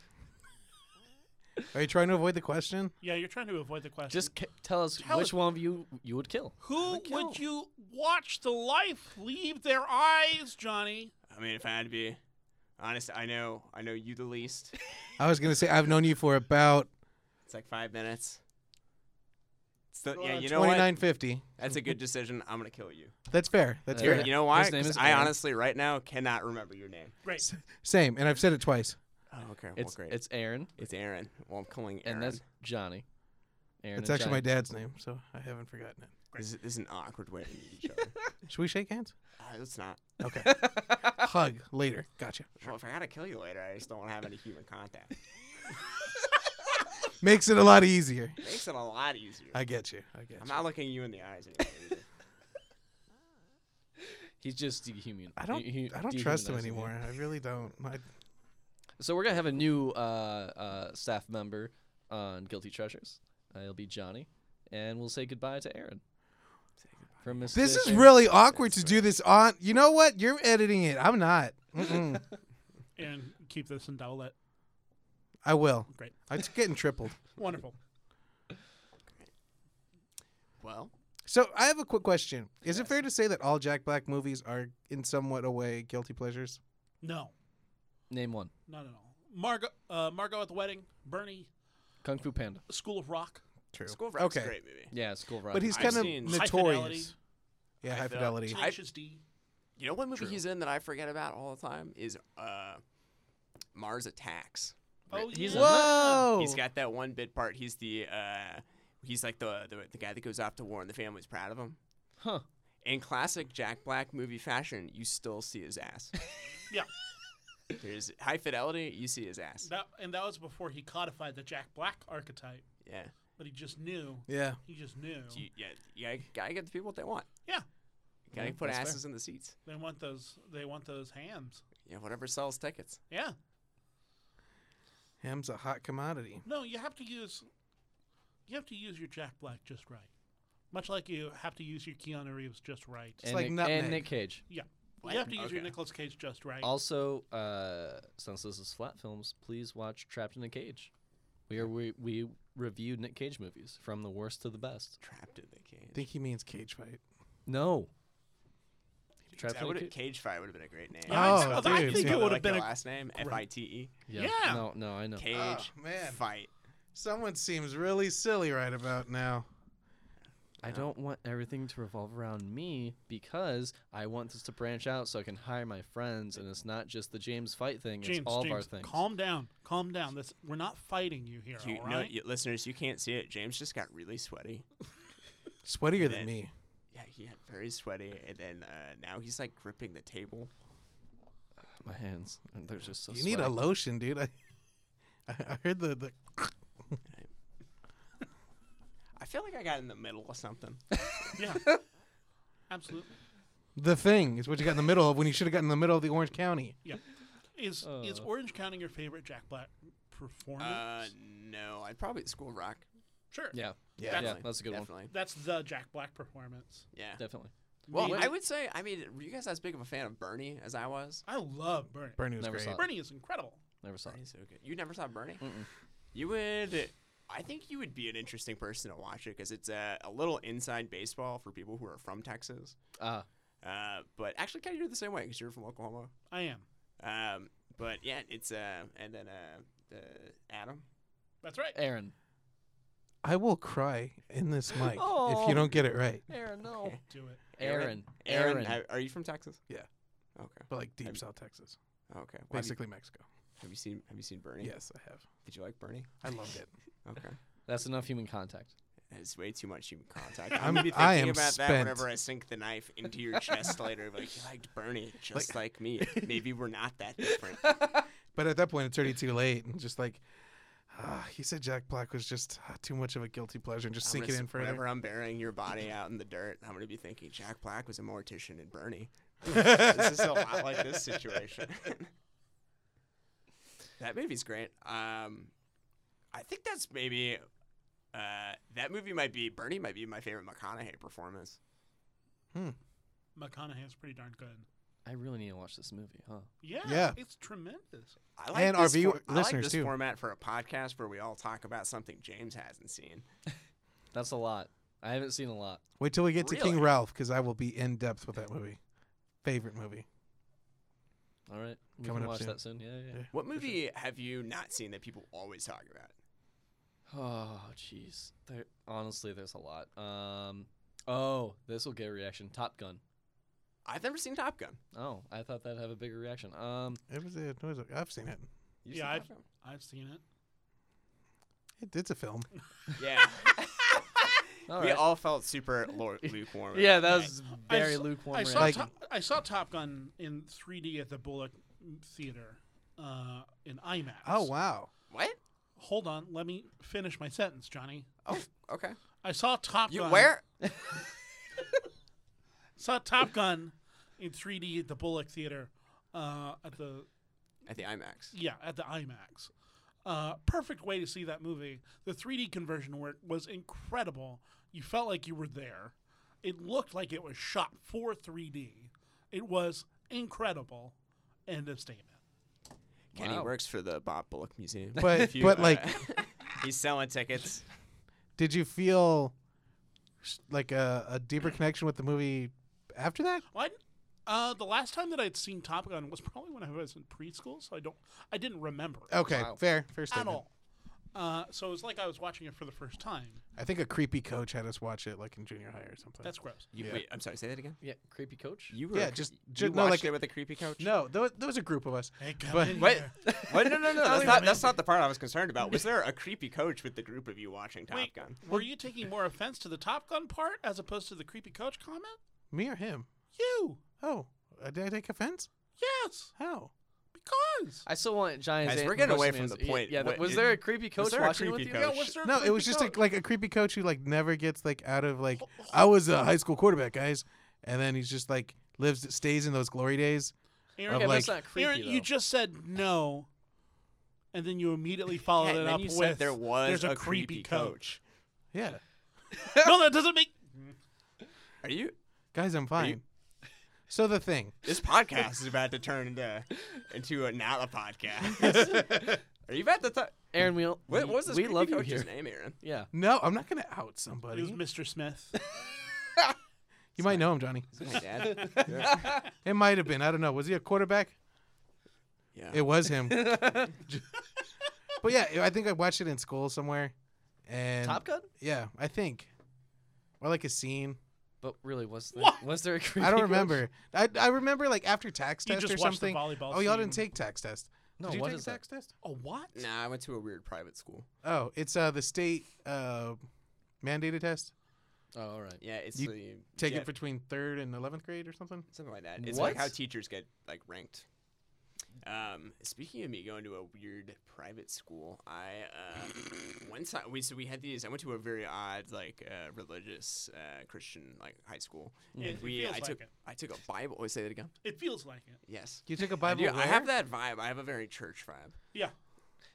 S3: Are you trying to avoid the question?
S2: Yeah, you're trying to avoid the question.
S1: Just c- tell us
S2: Tell
S1: which
S2: us-
S1: one of you you would kill.
S2: who
S4: would
S2: would
S4: kill.
S2: you watch the life leave their eyes, Johnny?
S4: I mean, if I had to be honest, I know, I know you the least.
S3: I was gonna say I've known you for about
S4: It's like five minutes. So, yeah,
S2: Uh,
S4: you know
S3: twenty
S4: what?
S3: nine fifty.
S4: That's a good decision. I'm gonna kill you.
S3: That's fair. That's
S1: Uh,
S4: You're-
S3: fair.
S4: you know why?
S1: His name
S4: 'Cause
S1: is
S4: I
S1: Aaron.
S4: honestly, right now, cannot remember your name.
S2: Right.
S3: Same, and I've said it twice.
S4: Oh, okay. Well,
S1: It's
S4: great. It's,
S1: it's Aaron,
S4: Aaron. Well, I'm calling Aaron.
S1: and that's Johnny. Aaron
S3: It's
S1: and
S3: actually my
S1: Johnny.
S3: dad's name, so I haven't forgotten it.
S4: this, is, this is an awkward way to meet each other.
S3: Should we shake hands?
S4: uh, it's not.
S3: Okay. Hug later. Gotcha.
S4: Well, if I gotta kill you later, I just don't want to have any human contact.
S3: Makes it a lot easier.
S4: Makes it a lot easier. I,
S3: I get you. I get
S4: am
S3: you.
S4: not looking you in the eyes anymore. either.
S1: He's just dehuman.
S3: I don't.
S1: he-
S3: I don't trust him
S1: dehumanizing you.
S3: anymore. I really don't. I,
S1: So we're gonna have a new uh, uh, staff member on Guilty Treasures. Uh, it'll be Johnny, and we'll say goodbye to Aaron. From Miss
S3: this
S1: Smith
S3: is
S1: and-
S3: really awkward to do this on. You know what? You're editing it. I'm not. Mm-mm.
S2: and keep this in double it.
S3: I will.
S2: Great.
S3: I'm getting tripled.
S2: Wonderful.
S4: well,
S3: So I have a quick question. Is it fair to say that all Jack Black movies are in somewhat a way guilty pleasures?
S2: No,
S1: Name one.
S2: not at all. Margot, uh, Margot at the wedding. Bernie,
S1: Kung Fu Panda.
S2: School of Rock.
S3: True.
S4: School of Rock's
S3: okay.
S4: a great movie.
S1: Yeah, School of Rock.
S3: But he's
S4: I've
S3: kind of
S4: seen-
S2: High
S3: notorious.
S2: Fidelity.
S3: Yeah,
S4: I
S3: high
S4: felt-
S3: fidelity.
S2: Tenacious D.
S4: You know what movie he's in that I forget about all the time is uh, Mars Attacks.
S2: Oh,
S1: He's
S2: yeah.
S1: a nut.
S3: Whoa!
S4: He's got that one bit part. He's the uh, he's like the, the the guy that goes off to war and the family's proud of him.
S1: huh.
S4: In classic Jack Black movie fashion, you still see his ass.
S2: Yeah.
S4: There's high fidelity. You see his ass.
S2: That and that was before he codified the Jack Black archetype,
S4: Yeah.
S2: but he just knew.
S3: yeah.
S2: He just knew.
S4: You, yeah. You gotta, gotta get the people what they want.
S2: Yeah.
S4: You gotta
S1: Yeah,
S4: put
S1: that's fair.
S4: asses in the seats.
S2: They want those. They want those hams.
S4: Yeah. Whatever sells tickets.
S2: Yeah.
S3: Him's a hot commodity.
S2: No, you have to use. You have to use your Jack Black just right, much like you have to use your Keanu Reeves just right.
S1: and,
S3: like
S1: Nick,
S3: nutmeg.
S1: and Nick Cage.
S2: Yeah. You have to use your
S4: Okay.
S2: Nicolas Cage just right.
S1: Also, uh, since this is flat films, please watch Trapped in a Cage. We are we, we reviewed Nick Cage movies from the worst to the best.
S4: Trapped in the cage.
S3: I think he means cage fight.
S1: No.
S4: That
S1: Trapped in a
S4: would've-
S1: Cage.
S4: cage fight would have been a great name.
S2: Yeah, I-
S3: Oh,
S2: I,
S3: dude,
S2: think
S3: yeah.
S2: it would
S4: like
S2: have been
S4: the
S2: a
S4: last name F I T E.
S2: Yeah.
S1: No, no, I know.
S4: Cage
S3: Oh, man.
S4: fight.
S3: Someone seems really silly right about now.
S1: I
S4: No.
S1: don't want everything to revolve around me because I want this to branch out so I can hire my friends and it's not just the James fight thing,
S2: James.
S1: it's all
S2: James,
S1: of our things.
S2: calm down, calm down. This we're not fighting you here,
S4: You,
S2: all
S4: no,
S2: right?
S4: you, listeners, you can't see it. James just got really sweaty.
S3: Sweatier
S4: Man.
S3: than me.
S4: Yeah, he got very sweaty, and then uh, now he's like gripping the table.
S1: My hands, and they're just so
S3: you need a
S1: sweaty.
S3: lotion, dude. I, I I heard the, the
S4: I feel like I got in the middle of something.
S2: yeah, absolutely.
S3: the thing is what you got in the middle of when you should have gotten in the middle of the Orange County.
S2: Yeah. Is is
S1: Uh.
S2: Orange County your favorite Jack Black performance?
S4: Uh, no, I'd probably School of Rock.
S2: sure.
S1: Yeah,
S3: Yeah.
S1: yeah,
S4: Definitely,
S1: that's a good
S4: definitely.
S2: That's the Jack Black performance.
S4: Yeah.
S1: one. Definitely.
S4: Well,
S2: Me-
S4: I would say, I mean, were you guys as big of a fan of Bernie as I was?
S2: I love Bernie.
S3: Bernie was
S1: Never
S3: great.
S1: saw it.
S2: Bernie is incredible.
S1: Never saw it.
S4: Bernie's so good. You never saw Bernie?
S1: Mm-mm.
S4: You would. I think you would be an interesting person to watch it because it's a, a little inside baseball for people who are from Texas.
S1: Ah,
S4: Uh, but actually, kind of you're the same way because you're from Oklahoma.
S2: I am.
S4: Um, but yeah, it's uh, and then uh, the Adam.
S2: That's right.
S1: Aaron.
S3: I will cry in this mic if
S1: Oh.
S3: you don't get it right.
S1: Aaron, no.
S4: Okay.
S2: Do it.
S1: Aaron.
S4: Aaron,
S1: Aaron.
S4: uh, are you from Texas?
S3: Yeah.
S4: Okay.
S3: But like
S4: I'm-
S3: deep South Texas,
S4: Okay. Well, have, you,
S3: basically Mexico.
S4: have you seen Have you seen Bernie?
S3: Yes, I have.
S4: Did you like Bernie?
S3: I loved it.
S4: Okay.
S1: That's enough human contact.
S4: It's way too much human contact.
S3: I'm-
S4: I'm gonna be
S3: I am
S4: thinking about that
S3: spent.
S4: whenever I sink the knife into your chest later. Like you liked Bernie just like, me. Maybe we're not that different.
S3: But at that point, it's already too late. And just like, ah, he said Jack Black was just ah, too much of a guilty pleasure and just
S4: I'm
S3: sink
S4: gonna
S3: it in
S4: s- Whenever
S3: forever.
S4: I'm burying your body out in the dirt, I'm gonna be thinking Jack Black was a mortician and Bernie. this is a lot like this situation. that movie's great. Um, I think that's maybe uh, that movie might be Bernie might be my favorite McConaughey performance.
S2: McConaughey's pretty darn good.
S1: I really need to watch this movie, huh?
S2: Yeah.
S3: Yeah.
S2: It's tremendous.
S4: I like
S3: And our
S4: this
S3: view-
S4: for- I like
S3: listeners,
S4: this
S3: too.
S4: format for a podcast where we all talk about something James hasn't seen.
S1: That's a lot. I haven't seen a lot.
S3: Wait till we get to King
S4: Really?
S3: Ralph because I will be in depth with that movie. Favorite movie.
S1: All right. We
S3: Coming
S1: can
S3: up
S1: watch
S3: soon.
S1: that soon. Yeah, yeah.
S3: Yeah.
S4: What movie have you not seen that people always talk about?
S1: Oh, jeez. There, honestly, there's a lot. Um, oh, this will get a reaction. Top Gun.
S4: I've never seen Top Gun.
S1: Oh, I thought that'd have a bigger reaction. Um,
S3: It was it. What was it? I've seen it.
S4: You
S2: Yeah,
S4: seen
S2: I've seen it.
S3: It, it's a film.
S4: that? yeah.
S1: All
S4: we
S1: right.
S4: all felt super lo- lukewarm.
S1: yeah,
S4: about
S1: that was
S2: I
S1: very
S2: s-
S1: lukewarm.
S2: I saw,
S1: reaction.
S2: Top, I saw Top Gun in 3D at the Bullock Theater uh, in IMAX.
S3: Oh wow.
S4: What?
S2: Hold on, let me finish my sentence, Johnny.
S4: Oh, okay.
S2: I saw Top
S4: You
S2: Gun.
S4: where?
S2: Saw Top Gun in 3D at the Bullock Theater uh, at the
S4: At the IMAX.
S2: yeah at the IMAX. Uh, perfect way to see that movie. The 3D conversion work was incredible. You felt like you were there. It looked like it was shot for 3D. It was incredible. End of statement.
S4: Kenny
S1: Wow.
S4: works for the Bob Bullock Museum.
S3: But-
S4: If uh,
S3: but, like-
S4: he's selling tickets.
S3: Did you feel s- like a, a deeper connection with the movie after that?
S2: Well, I, uh, the last time that I'd seen Top Gun was probably when I was in preschool, so I don't, I didn't remember it
S3: Okay,
S1: Wow.
S3: fair, fair
S2: at
S3: statement.
S2: all. Uh, so it was like I was watching it for the first time.
S3: I think a creepy coach had us watch it like in junior high or something.
S2: That's gross.
S4: You,
S3: Yeah.
S4: Wait, I'm sorry. Say that again.
S1: yeah, creepy coach.
S4: You were
S3: Yeah,
S4: a cre-
S3: just-
S4: you
S3: ju- no,
S4: watched
S3: like-
S4: it with a creepy coach.
S3: no, there was, there was a group of us.
S2: Hey, come
S3: But-
S2: in
S4: What?
S2: here.
S4: What? No, no, no.
S2: don't
S4: That's not, that's
S2: remember.
S4: not the part I was concerned about. Was there a creepy coach with the group of you watching Top
S2: Wait,
S4: Gun?
S2: were you taking more offense to the Top Gun part as opposed to the creepy coach comment?
S3: Me or him?
S2: You,
S3: Oh, uh, did I take offense?
S2: yes,
S3: How?
S2: because.
S1: I still want Giants.
S4: Guys,
S1: and
S4: we're getting away
S1: Bushmans.
S4: from the
S1: Yeah,
S4: point.
S1: Yeah,
S4: What-
S1: was
S4: it-
S1: there a creepy coach
S4: there a
S1: watching
S4: creepy
S1: with you?
S4: coach?
S2: Yeah, was there a
S3: No, it was
S2: creepy
S3: just a,
S2: coach?
S3: like a creepy coach who like never gets like out of
S2: Oh.
S3: like I was a high school quarterback, guys, and then he's just like lives stays in those glory days.
S2: Aaron,
S3: of,
S1: Yeah, but
S3: like-
S1: it's not creepy
S2: Aaron,
S1: though.
S2: you just said no, and then you immediately followed
S4: and
S2: it
S4: then
S2: up
S4: you
S2: with
S4: said there was
S2: "There's
S4: a,
S2: a, creepy, coach."
S3: Yeah,
S2: no, that doesn't make
S4: Are you?
S3: guys, I'm fine.
S4: you-
S3: So the thing,
S4: This podcast is about to turn into into a not a podcast. Are you about to? Th-
S1: Aaron, we
S4: what, what was this
S1: we
S4: creepy
S1: love you
S4: coach's
S1: here.
S4: name, Aaron?
S1: Yeah,
S3: no, I'm not gonna out
S2: It was
S3: somebody.
S2: Mr. Smith.
S3: You might know him, Johnny.
S4: Is it my dad? yeah.
S3: It might have been. I don't know. Was he a quarterback?
S4: Yeah.
S3: It was him. but yeah, I think I watched it in school somewhere. And
S1: Top Gun.
S3: Yeah, I think. Or like a scene.
S1: But really, was there,
S2: What?
S1: was there a creepy?
S3: I don't
S1: coach?
S3: remember. I, I remember like after tax
S2: You
S3: test
S2: just
S3: or
S2: watched the
S3: something.
S2: volleyball
S3: oh, y'all
S2: scene.
S3: didn't take tax test.
S1: No,
S3: Did you
S1: what
S3: take
S1: is
S3: a
S1: that?
S3: tax test?
S2: A what?
S4: Nah, I went to a weird private school.
S3: Oh, it's uh the state uh mandated test.
S1: Oh, all right.
S4: Yeah, it's
S3: You
S4: the,
S3: Take
S4: yeah,
S3: it between third and eleventh grade or something.
S4: something like that. It's like how
S1: What?
S4: teachers get like ranked. Um, speaking of me going to a weird private school, I uh, one time we so we had these. I went to a very odd like uh, religious uh, Christian like high school.
S2: It-
S4: and
S2: it
S4: we
S2: feels
S4: I
S2: like
S4: took
S2: it.
S4: I took a Bible. Oh, say that again.
S2: It feels like it.
S4: Yes.
S3: You took a
S4: I,
S3: Bible.
S4: do- I
S3: where?
S4: have that vibe. I have a very church vibe.
S2: Yeah.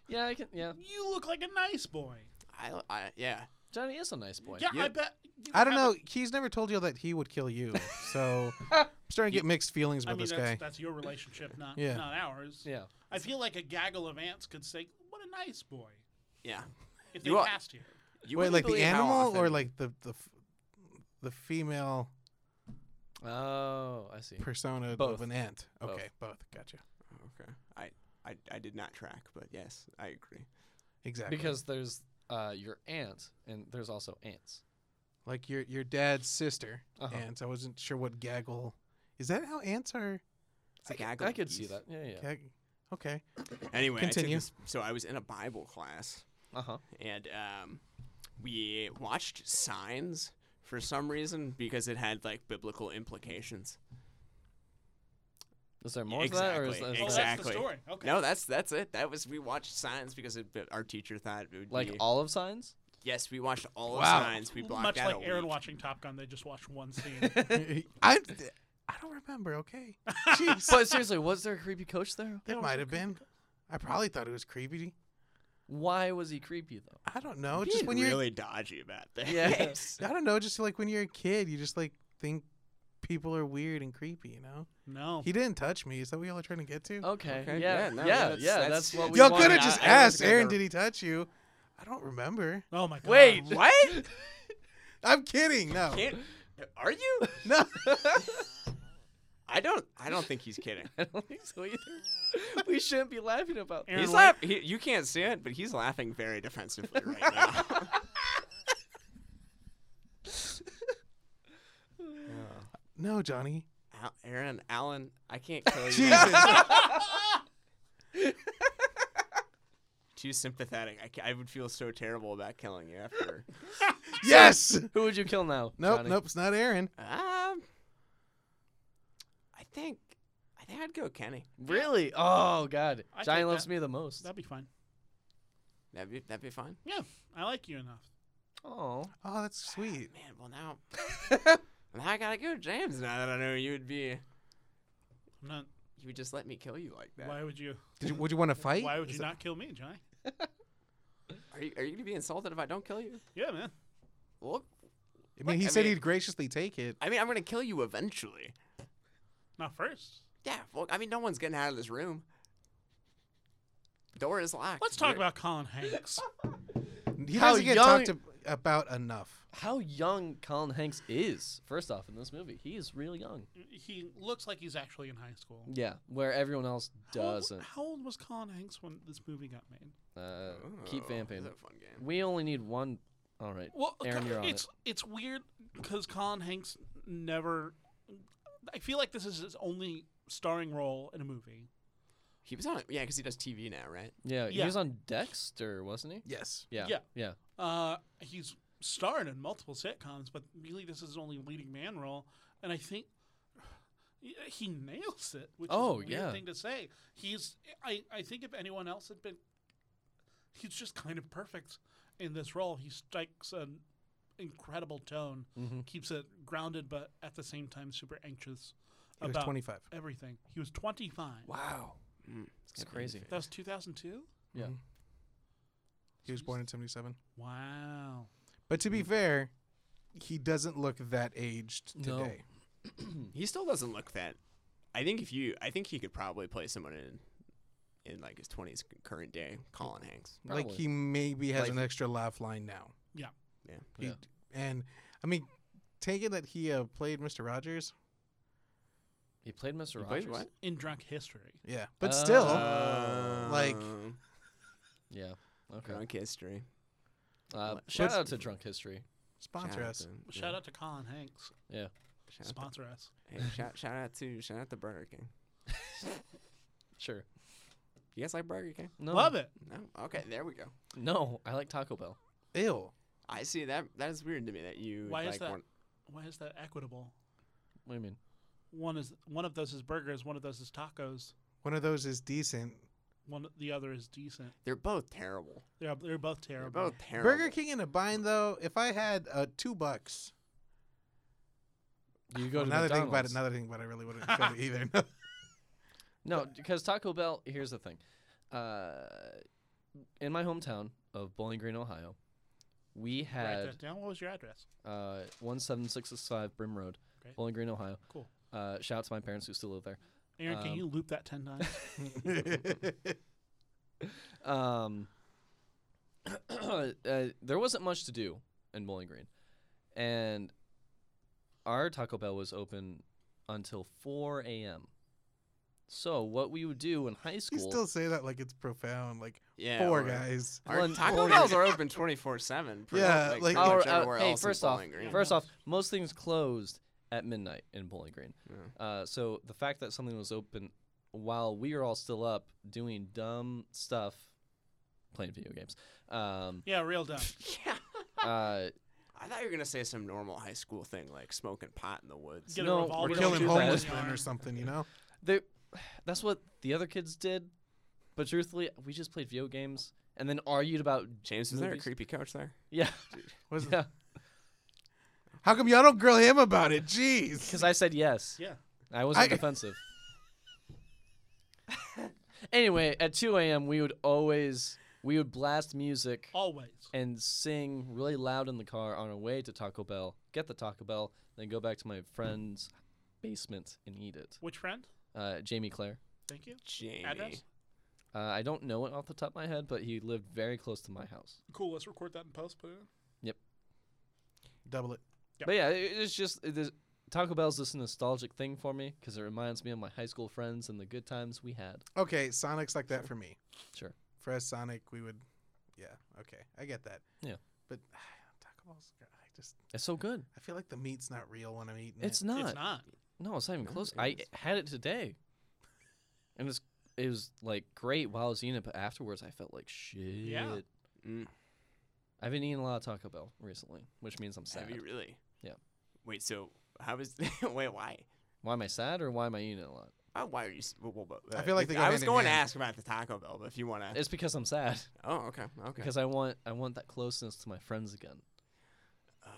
S1: Yeah, I can. Yeah,
S2: You look like a nice boy.
S4: I, I yeah.
S1: Johnny is a nice boy.
S2: Yeah, I
S4: you-
S2: bet. you
S3: I don't
S2: have
S3: know.
S2: a-
S3: He's never told you that he would kill you. So I'm starting to get mixed feelings
S2: I
S3: about
S2: mean,
S3: this
S2: that's,
S3: guy.
S2: that's your relationship, not
S3: Yeah.
S2: not ours.
S1: Yeah.
S2: I feel like a gaggle of ants could say, "What a nice boy,"
S4: Yeah.
S2: if they
S4: You are-
S2: passed Oh, here.
S4: You
S3: Wait,
S4: wouldn't
S3: like the
S4: believe how
S3: animal or
S4: often-
S3: like the the f- the female
S1: Oh, I see.
S3: persona
S1: Both.
S3: of an ant?
S1: Both.
S3: Okay, both. Gotcha.
S4: Oh, Okay. I, I I did not track, but yes, I agree.
S3: Exactly.
S1: Because there's uh, your aunt, and there's also ants.
S3: like your your dad's sister
S1: Uh-huh.
S3: ants. I wasn't sure what gaggle. Is that how ants are?
S4: It's like
S1: I could see that. Yeah, yeah.
S3: Gag- okay.
S4: Anyway, I took
S3: Continue.
S4: this- so I was in a Bible class,
S1: Uh huh.
S4: and um, we watched Signs for some reason because it had like biblical implications.
S1: Is there more to that, or is, is
S4: Exactly,
S1: that
S2: Oh, that's the
S4: Exactly.
S2: story. Okay.
S4: No, that's that's it. That was we watched Signs because it, but our teacher thought it would
S1: like
S4: be-
S1: olive signs?
S4: yes, we watched all of
S3: Wow.
S4: Signs. We blocked
S2: Much
S4: out
S2: like
S4: a
S2: Aaron
S4: week.
S2: watching Top Gun, they just watched one scene.
S3: I I don't remember. Okay. Jeez,
S1: But seriously, was there a creepy coach there?
S3: that might have been. I probably thought it was creepy.
S1: Why was he creepy though?
S3: I don't know.
S4: Being
S3: Just when you're,
S4: really dodgy about that.
S1: Yes.
S3: I don't know. Just like when you're a kid, you just like think people are weird and creepy. You know.
S2: no.
S3: He didn't touch me. Is that what y'all are trying to get to?
S1: Okay.
S4: Okay,
S1: Yeah.
S4: yeah,
S1: Yeah.
S4: no,
S1: yeah,
S4: that's-
S1: that's,
S4: that's-
S1: what Oh, we
S3: Y'all
S1: wanted.
S3: could have just
S4: I- I was
S3: asked
S4: gonna
S3: Aaron,
S4: go-
S3: did he touch you? I don't remember.
S2: Oh my god.
S1: Wait,
S4: What?
S3: I'm kidding. No.
S4: Can't, are you?
S3: No.
S4: I don't. I don't think he's kidding.
S1: I don't think so either. we shouldn't be laughing about
S2: Aaron,
S1: this.
S4: He's
S2: why-
S4: laughing. He, you can't see it, but he's laughing very defensively right now.
S3: No, Johnny.
S4: Al- Aaron, Alan, I can't kill you.
S3: Jesus.
S4: too sympathetic. I, ca- I would feel so terrible about killing you after.
S3: Yes.
S1: Who would you kill now?
S3: Nope.
S1: Johnny?
S3: Nope. It's not Aaron.
S4: um, I think I think I'd go Kenny.
S1: Really? Oh God,
S2: I
S1: Johnny
S2: take
S1: loves
S2: that.
S1: me the most.
S2: That'd be fine.
S4: That'd be that'd be fine.
S2: Yeah, I like you enough.
S1: Oh,
S3: Oh, that's sweet.
S4: Man, well now, now I gotta go, James. Now that I know you would be,
S2: I'm not.
S4: you would just let me kill you like that.
S2: Why would you?
S3: Did you, would you want to fight?
S2: Why would
S3: Is
S2: you
S3: it-
S2: not kill me, Johnny?
S4: Are you are you gonna be insulted if I don't kill you?
S2: Yeah, man.
S4: Well,
S3: I mean, he
S4: Look, I
S3: said
S4: mean-
S3: he'd graciously take it.
S4: I mean, I'm gonna kill you eventually.
S2: Not first.
S4: Yeah. Well, I mean, no one's getting out of this room. Door is locked.
S2: Let's talk
S4: We're-
S2: about Colin Hanks.
S3: He
S1: How
S3: doesn't get
S1: young-
S3: talked ab- about enough.
S1: how young Colin Hanks is. First off, in this movie, he is real young.
S2: he looks like he's actually in high school.
S1: Yeah, where everyone else
S2: How old-
S1: doesn't.
S2: How old was Colin Hanks when this movie got made?
S1: Uh, keep
S4: Oh,
S1: vamping.
S4: That's a fun game.
S1: We only need one. All right.
S2: Well,
S1: Aaron,
S2: co-
S1: you're on
S2: it's it's weird because Colin Hanks never. I feel like this is his only starring role in a movie.
S4: He was on it, yeah, because he does TV now, right?
S1: Yeah, he
S2: yeah.
S1: was on Dexter, wasn't he?
S3: Yes.
S1: Yeah.
S2: Yeah.
S1: Yeah.
S2: Uh, he's starred in multiple sitcoms, but really this is his only leading man role, and I think he nails it. Which
S1: Oh,
S2: is a weird
S1: yeah.
S2: thing to say. He's I I think if anyone else had been, he's just kind of perfect in this role. He strikes an incredible tone,
S1: Mhm.
S2: keeps it grounded, but at the same time super anxious
S3: He was
S2: about
S3: 25.
S2: everything. He was twenty five.
S4: Wow.
S1: It's crazy.
S2: That was two thousand two.
S1: Yeah.
S3: Mhm. He was born in 77.
S2: Wow.
S3: But to be
S1: Hmm.
S3: fair, he doesn't look that aged
S1: No.
S3: today.
S4: He still doesn't look that. I think if you, I think he could probably play someone in, in like his twenties, current day, Colin Hanks.
S3: Like
S1: Probably.
S3: he maybe has
S1: Like-
S3: an extra laugh line now.
S2: Yeah.
S4: Yeah.
S3: He-
S1: Yeah.
S3: And I mean, taking that he uh, played Mr. Rogers.
S1: He played Mr.
S4: He
S1: Rogers.
S4: played what?
S2: In drunk history.
S3: Yeah. But
S1: Uh,
S3: still, like-
S4: Oh,
S1: Yeah. Okay.
S4: drunk history.
S1: Uh,
S4: What-
S1: shout
S4: what's-
S1: out to Drunk History.
S3: sponsor us.
S2: Shout out to Colin Hanks.
S1: Yeah.
S4: Shout out,
S2: Sponsor us.
S4: to, hey, shout, shout out to shout out to Burger King.
S1: Sure.
S4: You guys like Burger King?
S1: No.
S2: Love it.
S4: No. Okay, there we go.
S1: No, I like Taco Bell.
S3: Ew.
S4: I see that. That is weird to me that you.
S2: Why is
S4: like
S2: that?
S4: One,
S2: Why is that equitable?
S1: What do you mean?
S2: One is one of those is burgers, one of those is tacos,
S3: One of those is decent.
S2: one the other is decent.
S4: they're both terrible.
S2: They're they're both
S4: They're
S2: terrible.
S4: both terrible.
S3: Burger King in a bind, though, if I had uh, two bucks.
S1: You go
S3: Well,
S1: to
S3: now that I think about
S1: McDonald's.
S3: it, now that I think about it, I really wouldn't go to either.
S1: No, because Taco Bell. Here's the thing. Uh, in my hometown of Bowling Green, Ohio, we
S2: Write
S1: had
S2: that down. What was your address?
S1: uh, one seven six six five Brim Road,
S2: Great.
S1: Bowling Green, Ohio.
S2: Cool.
S1: Uh, shout out to my parents who still live there.
S2: Aaron, can
S1: Um,
S2: you loop that ten times?
S1: Um, uh, there wasn't much to do in Bowling Green, and our Taco Bell was open until four a.m. So what we would do in high
S3: you
S1: school,
S3: still say that like it's profound. Like
S4: Yeah.
S3: four
S4: or-
S3: guys.
S4: Our
S1: One
S4: Taco
S1: order.
S4: Bells are open 24 7.
S3: Yeah, like-
S4: like,
S3: Oh,
S4: pretty
S1: Our-
S4: much
S1: our-
S4: everywhere
S1: uh, hey,
S4: else in
S1: first off,
S4: Bowling Green.
S1: first off, most things closed at midnight in Bowling Green.
S4: Yeah.
S1: Uh, so the fact that something was open while we were all still up doing dumb stuff, playing video games, um,
S2: yeah, real dumb.
S4: yeah.
S1: uh,
S4: I thought you were going to say some normal high school thing like smoking pot in the woods.
S2: Get
S1: No,
S2: a
S1: we're
S2: revolver.
S3: We're
S1: don't
S3: killing
S1: do that.
S3: homeless
S2: in your
S3: men or
S2: arm.
S3: something, you know?
S1: they, that's what the other kids did. But truthfully, we just played video games and then argued about
S4: James, was there a
S1: movies.
S4: creepy coach there?
S1: yeah,
S3: Was
S1: yeah,
S3: How come y'all don't grill him about it? Jeez.
S1: because I said yes.
S2: Yeah.
S1: I wasn't
S3: I-
S1: defensive. anyway, at 2 a.m., we would always we would blast music
S2: Always.
S1: and sing really loud in the car on our way to Taco Bell. Get the Taco Bell, then go back to my friend's basement and eat it.
S2: Which friend?
S1: Uh, Jamie Clare.
S2: Thank you.
S4: Jamie.
S2: Address?
S1: Uh, I don't know it off the top of my head, but he lived very close to my house.
S2: Cool. Let's record that in post. Put it in.
S3: Double it.
S2: Yep.
S1: But yeah, it, it's just it is, Taco Bell's just a nostalgic thing for me because it reminds me of my high school friends and the good times we had.
S3: Okay, Sonic's like that for me.
S1: Sure.
S3: For us, Sonic, we would. Yeah, okay. I get that.
S1: Yeah.
S3: But Taco Bell's. I just.
S1: It's so good.
S3: I feel like the meat's not real when I'm eating
S1: It's
S3: it.
S1: not.
S2: It's not.
S1: No, it's not even
S4: No,
S1: close.
S4: it
S1: I
S4: is.
S1: had it today, and it's it was like great while I was eating it, but afterwards I felt like shit.
S4: Mm.
S1: I've been eating a lot of Taco Bell recently, which means I'm sad.
S4: Have you really?
S1: Yeah.
S4: Wait. So how was? wait. Why?
S1: Why am I sad or why am I eating it a lot?
S4: Uh, why are you? s- Well, well, well,
S3: I
S4: uh,
S3: feel like they go
S4: I was
S3: hand in
S4: going to
S3: hand.
S4: ask about the Taco Bell, but if you want to.
S1: It's because I'm sad.
S4: Oh, okay. Okay.
S1: Because I want I want that closeness to my friends again.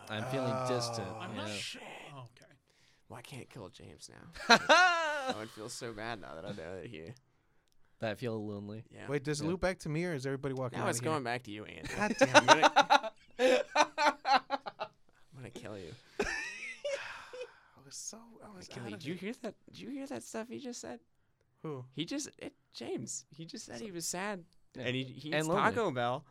S1: I'm feeling distant.
S3: Oh.
S2: I'm
S1: you
S2: not
S1: know.
S2: sure. Okay.
S4: Well, I can't kill James now. I would feel so bad now that I know that he.
S1: That I feel lonely.
S4: Yeah.
S3: Wait, does it
S1: Yeah.
S3: loop back to me or is everybody walking?
S4: now
S3: out
S4: it's
S3: of here?
S4: going back to you, Andy.
S3: God
S4: I'm gonna, I'm gonna kill you.
S3: I was so I was
S4: Kill
S3: out
S4: you.
S3: of
S4: Did you
S3: it.
S4: hear that? Did you hear that stuff he just said?
S3: Who?
S4: He just it, James. He just said he was sad,
S1: Yeah.
S4: and he, he
S1: And
S4: eats
S1: lonely.
S4: Taco Bell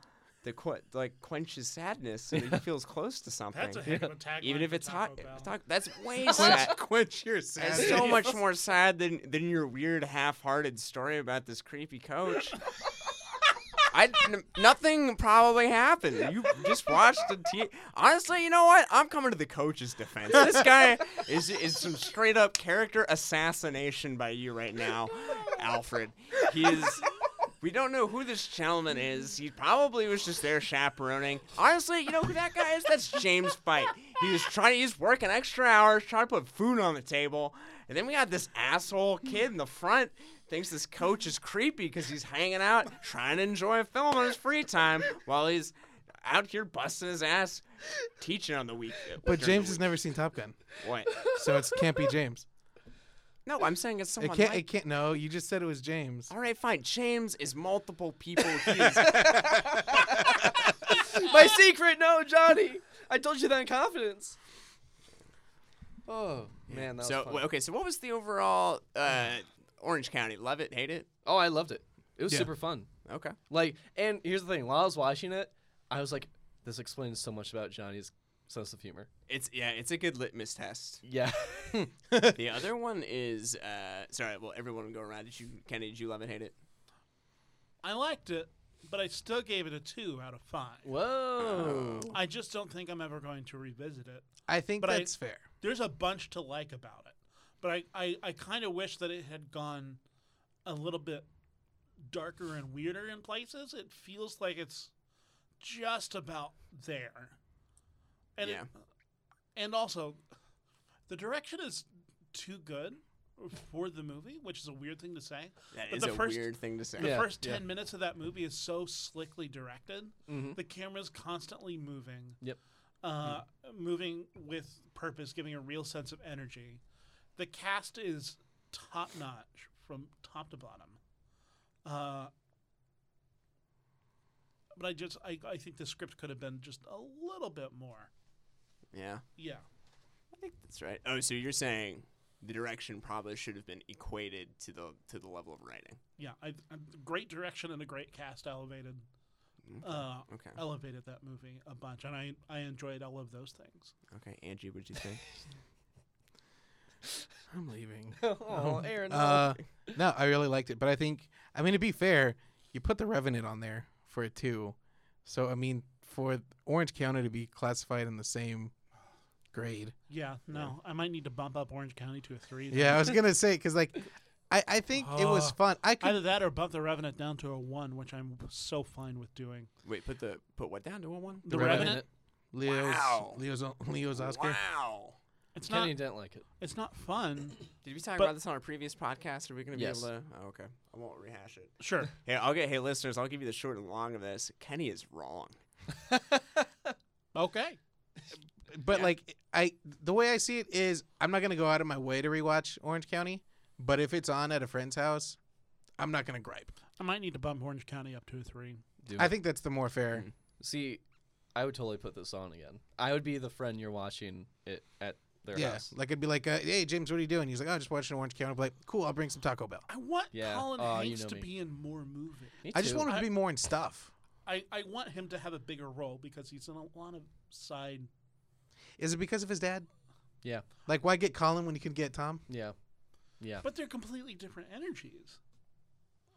S4: to qu- like quench his sadness, so that he feels close to something.
S2: That's a heck of a tagline.
S4: Even if
S2: for
S4: it's
S2: Taco
S4: hot,
S2: Bell.
S4: Taco- that's way sad.
S3: Quench your
S4: That's so much more sad than than your weird half-hearted story about this creepy coach. I n- nothing probably happened. You just watched the T. Honestly, you know what? I'm coming to the coach's defense. This guy is is some straight up character assassination by you right now, Alfred. He is. We don't know who this gentleman is. He probably was just there chaperoning. Honestly, you know who that guy is? That's James Fight. He was trying. He's working extra hours, trying to put food on the table. And then we got this asshole kid in the front thinks this coach is creepy because he's hanging out, trying to enjoy a film on his free time while he's out here busting his ass, teaching on the week. uh,
S3: But
S4: during the
S3: James has
S4: week.
S3: never seen Top Gun,
S4: What?
S3: so it can't be James.
S4: No, I'm saying it's
S3: It
S4: someone.
S3: can't.
S4: like-
S3: It can't. No, you just said it was James.
S4: All right, fine. James is multiple people. He is
S1: My secret, no, Johnny. I told you that in confidence. Oh man, that
S4: so
S1: was fun.
S4: wait, okay, so what was the overall uh, Orange County? Love it, hate it?
S1: oh, I loved it. It was
S3: Yeah.
S1: super fun.
S4: Okay.
S1: Like, and here's the thing: while I was watching it, I was like, "This explains so much about Johnny's sense of humor."
S4: It's yeah, it's a good litmus test.
S1: Yeah.
S4: the other one is uh, sorry. Well, everyone will go around. Did you, Kenny? Did you love it, hate it?
S2: I liked it, but I still gave it a two out of five.
S1: Whoa.
S2: I just don't think I'm ever going to revisit it.
S3: I think
S2: But I-
S3: that's fair.
S2: There's a bunch to like about it, but I, I, I kind of wish that it had gone a little bit darker and weirder in places. It feels like it's just about there. And it-
S4: Yeah.
S2: and also, the direction is too good for the movie, which is a weird thing to say.
S4: That is
S2: But the
S4: a
S2: first-
S4: weird thing to say.
S2: The
S1: Yeah,
S2: first
S1: yeah.
S2: 10 minutes of that movie is so slickly directed.
S1: Mhm.
S2: The camera's constantly moving.
S1: Yep.
S2: Uh, Moving with purpose, giving a real sense of energy. The cast is top notch from top to bottom. Uh, but I just, I, I think the script could have been just a little bit more.
S4: Yeah,
S2: Yeah.
S4: I think that's right. Oh, so you're saying the direction probably should have been equated to the to the level of writing.
S2: Yeah. I, I, great direction and a great cast elevated. Uh,
S4: Okay.
S2: elevated that movie a bunch, and I I enjoyed all of those things.
S4: Okay, Angie, what'd you think?
S3: I'm leaving.
S1: oh, Aaron.
S3: Uh, no, I really liked it, but I think I mean to be fair, you put the Revenant on there for it too, so I mean for Orange County to be classified in the same grade.
S2: Yeah, no, I might need to bump up Orange County to a three. then.
S3: Yeah, I was gonna say because like I I think it was
S2: Oh.
S3: fun. I could
S2: either that or bump the Revenant down to a one, which I'm so fine with doing.
S4: Wait, put the put what down to a one?
S2: The,
S3: Revenant?
S2: Revenant,
S3: Leo's
S4: Wow.
S3: Leo's Leo's Oscar.
S4: Wow.
S2: it's
S1: Kenny
S2: not
S1: didn't like it.
S2: it's not fun.
S4: Did we talk
S2: But-
S4: about this on our previous podcast? Are we going to be
S1: Yes.
S4: able to? Oh, okay. I won't rehash it.
S2: Sure,
S4: Hey, I'll get. Hey, listeners, I'll give you the short and long of this. Kenny is wrong.
S2: okay,
S3: But
S4: Yeah.
S3: like I the way I see it is I'm not gonna go out of my way to rewatch Orange County, but if it's on at a friend's house, I'm not gonna gripe.
S2: I might need to bump Orange County up to a three.
S1: Do
S3: I
S1: it.
S3: think that's the more fair.
S1: See, I would totally put this on again. I would be the friend you're watching it at their
S3: Yeah,
S1: house.
S3: like it'd be like, uh, "Hey James, what are you doing?" He's like, "Oh, just watching Orange County." i be like, "Cool, I'll bring some Taco Bell."
S2: I want
S1: Yeah,
S2: Colin
S1: aw, you
S2: Hanks
S1: know
S2: to
S1: me.
S2: be in more movies.
S1: Me
S3: I just
S1: too.
S3: want him to
S2: I-
S3: be more in stuff.
S2: I I want him to have a bigger role because he's in a lot of side.
S3: Is it because of his dad?
S1: Yeah,
S3: Like, why get Colin when you could get Tom?
S1: yeah, yeah.
S2: But they're completely different energies.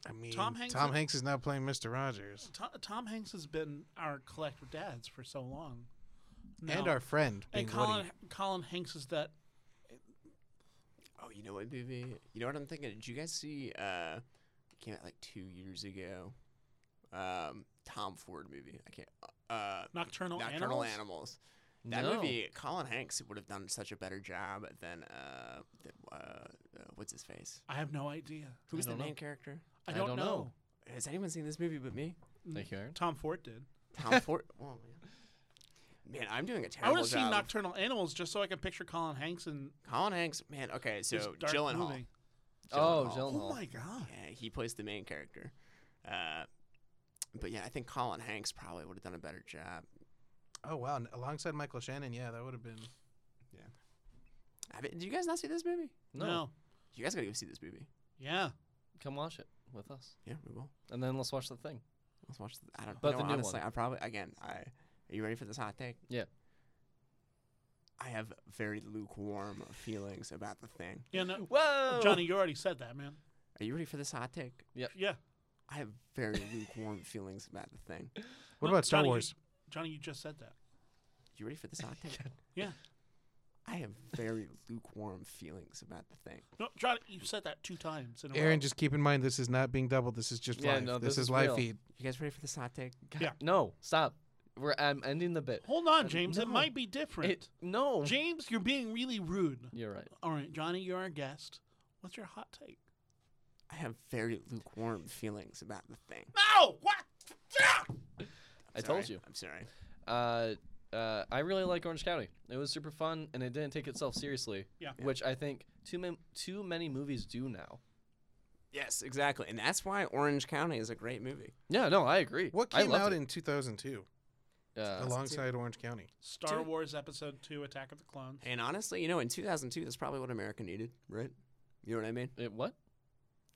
S3: I mean,
S2: Tom Hanks-
S3: Tom Hanks is now playing Mister Rogers
S2: Tom, Tom Hanks has been our collective dads for so long,
S3: and
S2: now.
S3: our friend being
S2: and Colin
S3: Woody.
S2: Colin Hanks is that
S4: Oh, you know what movie? You know what I'm thinking? Did you guys see uh, came out like two years ago. Um, Tom Ford movie. I can't. Uh,
S2: Nocturnal,
S4: Nocturnal
S2: Animals?
S4: Animals. That
S1: no.
S4: movie, Colin Hanks would have done such a better job than uh, th- uh, uh what's his face?
S2: I have no idea.
S4: Who's the
S1: don't know.
S4: main character?
S2: I
S1: I
S2: don't,
S1: don't
S2: know.
S1: know.
S4: Has anyone seen this movie but me?
S1: Thank you, Aaron.
S2: Tom Ford did.
S4: Tom Ford. Oh, man. man, I'm doing a
S2: I
S4: terrible
S2: would have seen
S4: job.
S2: Nocturnal Animals just so I could picture Colin Hanks in
S4: Colin Hanks, man. Okay,
S2: his
S4: so
S2: dark
S4: Gyllenhaal.
S2: movie.
S1: Oh,
S4: Gyllenhaal.
S1: Gyllenhaal.
S2: Oh my god!
S4: Yeah, he plays the main character. Uh, but yeah, I think Colin Hanks probably would have done a better job.
S3: Oh wow! and Alongside Michael Shannon, yeah, that would have been.
S4: I mean, did you guys not see this movie?
S1: No.
S2: no,
S4: You guys gotta go see this movie.
S2: yeah.
S1: Come watch it with us.
S4: Yeah, we will.
S1: And then let's watch the thing.
S4: Let's watch. The, I don't
S1: But
S4: know.
S1: the new
S4: honestly,
S1: one.
S4: I probably again. I are you ready for this hot take?
S1: Yeah.
S4: I have very lukewarm feelings about the thing.
S2: Yeah, no,
S1: Whoa,
S2: Johnny, you already said that, man.
S4: Are you ready for this hot take?
S2: Yeah.
S4: I have very lukewarm feelings about the thing.
S3: What
S2: No,
S3: about Star
S2: Johnny, you-
S3: Wars?
S2: Johnny, you just said that.
S4: You ready for this hot take?
S2: Yeah.
S4: I have very lukewarm feelings about the thing.
S2: No, Johnny, you said that two times. In a
S3: Aaron,
S2: row.
S3: just keep in mind this is not being doubled. This is just
S1: Yeah,
S3: live.
S1: no,
S3: this,
S1: this
S3: is
S1: is
S3: live
S1: real.
S3: feed.
S4: You guys ready for this hot take? God,
S2: Yeah.
S1: No, stop. We're I'm ending the bit.
S2: hold on, James. It
S1: No.
S2: might be different.
S1: It, no.
S2: James, you're being really rude.
S1: You're right.
S2: All right, Johnny, you're our guest. What's your hot take?
S4: I have very lukewarm feelings about the thing.
S2: No, what?
S1: I
S4: Sorry.
S1: told you.
S4: I'm sorry.
S1: Uh, uh, I really like Orange County. It was super fun, and it didn't take itself seriously.
S2: Yeah. Yeah.
S1: Which I think too many too many movies do now.
S4: Yes, exactly. And that's why Orange County is a great movie.
S1: Yeah. No, I agree.
S3: What
S1: I
S3: came
S1: loved
S3: out
S1: it.
S3: in 2002
S1: Uh,
S3: alongside Orange County?
S2: Star
S4: Dude.
S2: Wars Episode Two: Attack of the Clones.
S4: And honestly, you know, in 2002, that's probably what America needed, right? You know what I mean?
S1: it, what?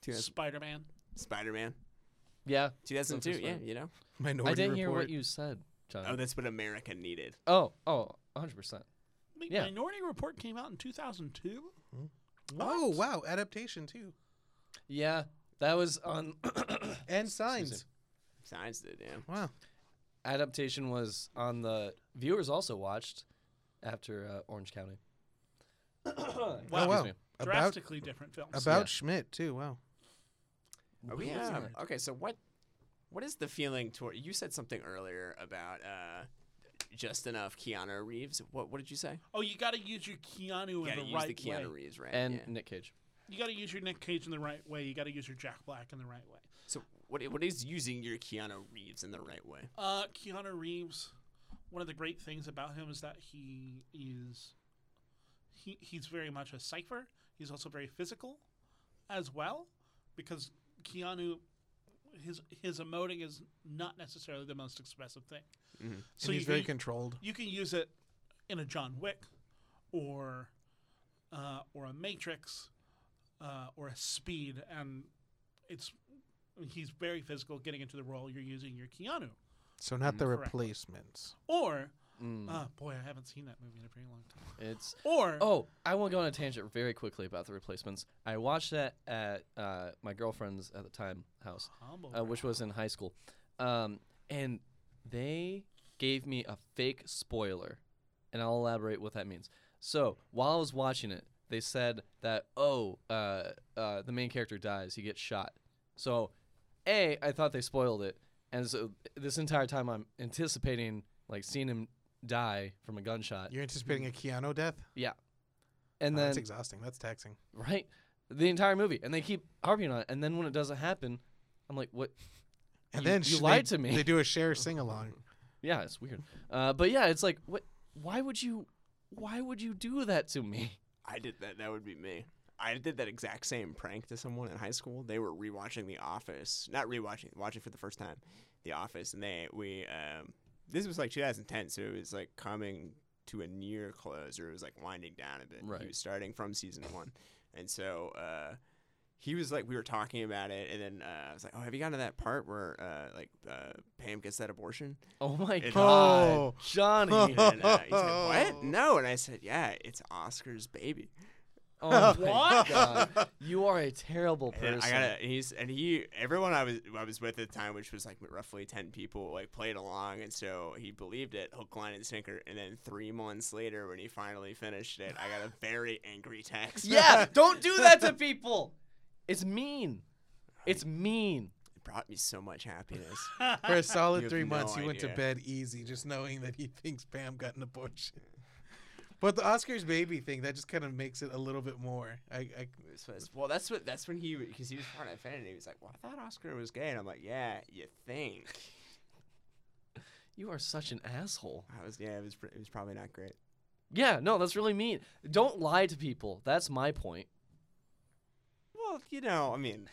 S4: 2000
S2: Spider Man.
S4: Spider Man.
S1: Yeah.
S4: 2002,
S1: Something
S4: yeah,
S1: Spider-
S4: you know?
S3: Minority
S1: I didn't hear
S3: Report.
S1: what you said, John.
S4: Oh, that's what America needed.
S1: oh, oh, 100 percent. Yeah.
S2: Minority Report came out in 2002.
S3: Oh wow, adaptation too,
S1: Yeah, that was on.
S3: and
S1: me.
S3: signs.
S4: Science did, yeah.
S3: Wow.
S1: adaptation was on the viewers also watched after uh, Orange County.
S2: Wow.
S3: Oh, wow.
S1: Excuse me.
S3: About
S2: Drastically different films.
S3: about
S1: Yeah.
S3: Schmidt too. Wow.
S4: Oh, yeah. Okay, so what what is the feeling toward you said something earlier about uh just enough Keanu Reeves. What what did you say?
S2: oh, you got to use your Keanu
S4: You
S2: in
S4: gotta
S2: the
S4: use
S2: right
S4: the Keanu
S2: way.
S4: Reeves, right?
S1: And
S4: yeah.
S1: Nick Cage.
S2: You got to use your Nick Cage in the right way. You got to use your Jack Black in the right way.
S4: so what i- what is using your Keanu Reeves in the right way?
S2: Uh, Keanu Reeves. One of the great things about him is that he is he he's very much a cipher. He's also very physical, as well, because Keanu. His his emoting is not necessarily the most expressive thing.
S4: Mm-hmm.
S3: So
S2: you
S3: he's very
S2: can-
S3: controlled.
S2: you can use it in a John Wick, or uh, or a Matrix, uh, or a Speed, and it's he's very physical getting into the role. You're using your Keanu,
S3: So not the
S4: Mm.
S2: Correct.
S3: replacements.
S2: or
S1: Mm,
S2: uh, boy, I haven't seen that movie in a pretty long time.
S1: it's
S2: Or
S1: oh, I want to go on a tangent very quickly about the replacements. I watched that at uh, my girlfriend's at the time house,
S2: Humble
S3: Oh,
S1: uh, which was in high school, um, and they gave me a fake spoiler, and I'll elaborate what that means. So while I was watching it, they said that oh, uh, uh, the main character dies, he gets shot. So, a I thought they spoiled it, and so this entire time I'm anticipating like seeing him die from a gunshot.
S3: You're anticipating a Keanu death?
S1: Yeah, Mm. and
S3: Oh,
S1: then
S3: that's exhausting. That's taxing.
S1: right the entire movie, and they keep harping on it, and then when it doesn't happen, I'm like, what?
S3: And
S1: You-
S3: then
S1: you
S3: sh-
S1: lied
S3: they-
S1: to me.
S3: They do a share sing along.
S1: Yeah, it's weird. Uh, but yeah, it's like, what? Why would you? Why would you do that to me?
S4: I did that. That would be me. I did that exact same prank to someone in high school. They were rewatching The Office, not rewatching, watching for the first time, The Office, and they we um, this was like 2010, so it was like coming to a near close, or it was like winding down a bit.
S1: Right.
S4: He was starting from season one, and so uh, he was like, we were talking about it, and then uh, I was like, oh, have you gotten to that part where uh, like uh, Pam gets that abortion?
S1: Oh my
S4: It-
S1: god,
S3: Oh.
S1: Johnny!
S4: And uh, he said, what? No, and I said, yeah, it's Oscar's baby.
S1: oh my
S2: What?
S1: god, you are a terrible
S4: And
S1: person.
S4: I gotta. and He's and he. Everyone I was I was with at the time, which was like roughly ten people, like played along, and so he believed it, hook, line, and sinker. And then three months later, when he finally finished it, I got a very angry text.
S1: yeah, don't do that to people. It's mean. It's mean.
S4: It brought me so much happiness.
S1: uh,
S3: For a solid
S4: have
S3: three
S4: no
S3: months, he went to
S4: idea.
S3: bed easy, just knowing that he thinks Pam got an abortion. But the Oscars baby thing that just kind of makes it a little bit more. I, I
S4: This was- well, that's what that's when he because he was part of Infinity. He was like, "Well, I thought Oscar was gay," and I'm like, "Yeah, you think?"
S1: You are such an asshole.
S4: I was yeah, it was pr- it was probably not great.
S1: Yeah, no, that's really mean. Don't lie to people. That's my point.
S4: Well, you know, I mean,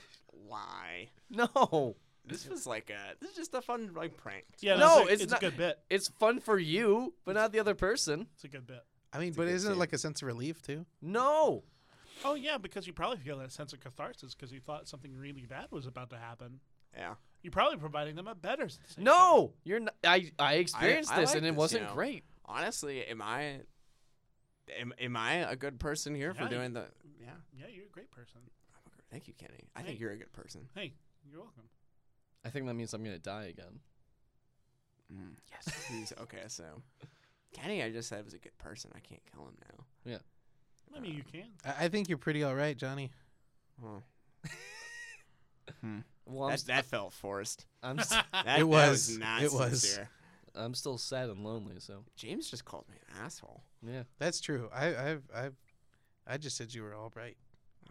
S4: lie.
S1: No.
S4: This was like a this is just a fun like prank.
S2: Yeah,
S1: No,
S2: no, it's,
S1: it's
S2: it's
S1: not-
S2: a good bit.
S1: It's fun for you, but not the other person.
S2: It's a good bit.
S3: I mean,
S4: a
S3: but
S4: good
S3: isn't it
S4: tip.
S3: like a sense of relief too?
S1: No.
S2: Oh yeah, because you probably feel that sense of catharsis because you thought something really bad was about to happen.
S4: Yeah,
S2: You're probably providing them a better. sensation.
S1: No. You're not I I experienced
S4: I
S1: this
S4: like
S1: and it
S4: this, you
S1: wasn't
S4: know.
S1: great.
S4: honestly, am I am, am I a good person here
S2: Yeah,
S4: for
S2: you-
S4: doing the? Yeah,
S2: Yeah, you're a great person.
S4: I'm a gr- thank you, Kenny. I
S2: Hey.
S4: think you're a good person.
S2: Hey, you're welcome.
S1: I think that means I'm going to die again.
S4: Yes. He's, okay, so Kenny, I just said was a good person. I can't kill him now.
S2: I mean, you can.
S3: I, I think you're pretty all right, Johnny.
S4: Huh.
S1: Well, I'm,
S4: That,
S1: st-
S4: that felt forced.
S1: I'm, st-
S4: That,
S3: It
S4: that was,
S3: was.
S4: not
S3: It was.
S4: sincere.
S1: I'm still sad and lonely, so
S4: James just called me an asshole.
S1: yeah.
S3: That's true. I I've, I've I just said you were all right.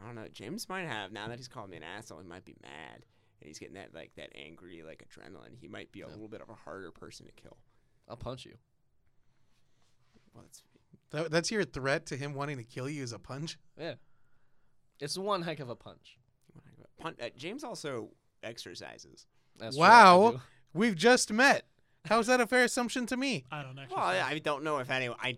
S4: I don't know. James might have now that he's called me an asshole. He might be mad, and he's getting that like that angry like adrenaline. He might be a
S1: Yeah.
S4: little bit of a harder person to kill.
S1: I'll punch you.
S4: Well, that's
S3: That, that's your threat to him wanting to kill you is a punch.
S1: Yeah. It's one heck of a punch.
S4: pun- uh, James also exercises.
S1: That's what I
S3: wow,
S1: do.
S3: we've just met. How is that a fair assumption to me?
S2: I don't actually.
S4: Well, I, I don't know if anyone. I,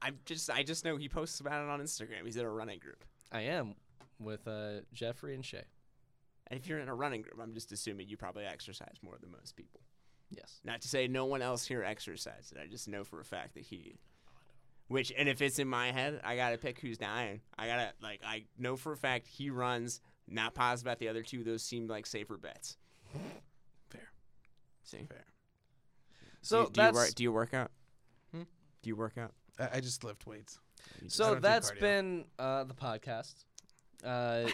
S4: I just I just know he posts about it on Instagram. He's in a running group,
S1: I am with uh, Jeffrey and Shay.
S4: and if you're in a running group, I'm just assuming you probably exercise more than most people.
S1: Yes.
S4: Not to say no one else here exercises. I just know for a fact that he. Which and if it's in my head, I gotta pick who's dying. I gotta like I know for a fact he runs. Not positive about the other two. Those seem like safer bets.
S3: Fair.
S4: See.
S3: Fair.
S1: So
S4: do, do
S1: that's
S4: you work, do you work out?
S3: Hmm?
S4: Do you work out?
S3: I, I just lift weights. I
S1: So
S3: don't do
S1: that's
S3: cardio.
S1: been uh, the podcast. Uh,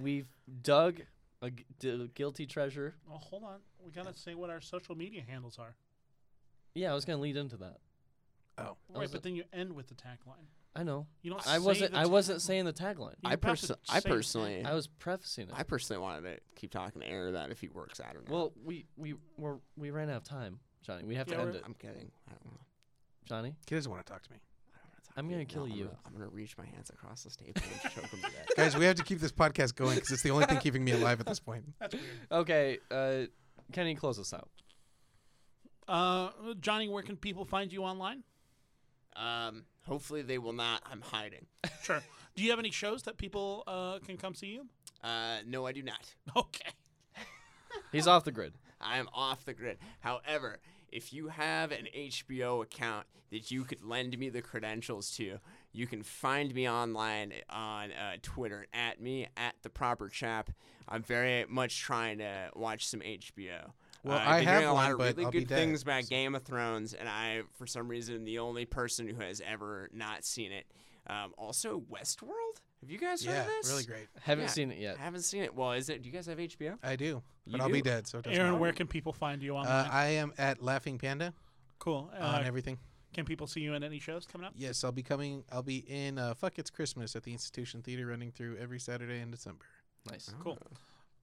S1: we've dug a g- d- guilty treasure.
S2: Well, hold on. We gotta say what our social media handles are.
S1: Yeah, I was gonna lead into that.
S3: Oh,
S1: That
S2: Right,
S1: was
S2: but
S1: it.
S2: then you end with the tagline.
S1: I know.
S2: You don't.
S1: I
S2: say
S1: wasn't.
S2: the
S1: I
S2: ta-
S1: wasn't saying the tagline.
S2: You
S4: I
S2: have to
S4: perso- I
S2: say the
S4: personally-
S2: tagline.
S1: I was prefacing it.
S4: I personally wanted to keep talking to Aaron about if he works out or not.
S1: well, we we were we ran out of time, Johnny. We have
S2: Yeah,
S1: to end
S2: we're-
S1: it,
S4: I'm kidding. I don't want.
S1: Johnny.
S3: he doesn't want to talk to me,
S4: I don't wanna talk
S1: I'm
S4: to
S1: gonna
S4: you.
S1: kill
S4: I'm
S1: you.
S4: Gonna, I'm gonna reach my hands across this table and choke him to death.
S3: guys. We have to keep this podcast going because it's the only thing keeping me alive at this point.
S2: That's weird.
S1: Okay, uh, Kenny, close us out.
S2: Uh, Johnny, where can people find you online?
S4: Um, hopefully they will not. I'm hiding.
S2: Sure. Do you have any shows that people uh, can come see you?
S4: Uh, no, I do not.
S2: Okay.
S1: He's off the grid.
S4: I am off the grid. However, if you have an HBO account that you could lend me the credentials to, you can find me online on uh, Twitter at me at the proper chap. I'm very much trying to watch some HBO.
S3: Well,
S4: Uh,
S3: I
S4: I've been
S3: have
S4: hearing
S3: one,
S4: a lot
S3: but
S4: of really
S3: I'll be
S4: good
S3: dead,
S4: things about
S3: so-
S4: Game of Thrones, and I, for some reason, the only person who has ever not seen it. Um, also, Westworld. Have you guys heard
S3: Yeah,
S4: of this?
S3: really great.
S1: Haven't
S4: Yeah.
S1: seen it
S4: I
S1: yet.
S4: haven't seen it. Well, is it? Do you guys have HBO?
S3: I do, but
S4: You
S3: I'll be
S4: do?
S3: dead. So it doesn't
S2: Aaron,
S3: matter.
S2: where can people find you online?
S3: Uh, I am at Laughing Panda
S2: cool. Uh,
S3: on everything.
S2: can people see you in any shows coming up?
S3: Yes, I'll be coming. I'll be in uh, Fuck It's Christmas at the Institution Theater, running through every Saturday in December.
S1: Nice.
S2: Cool.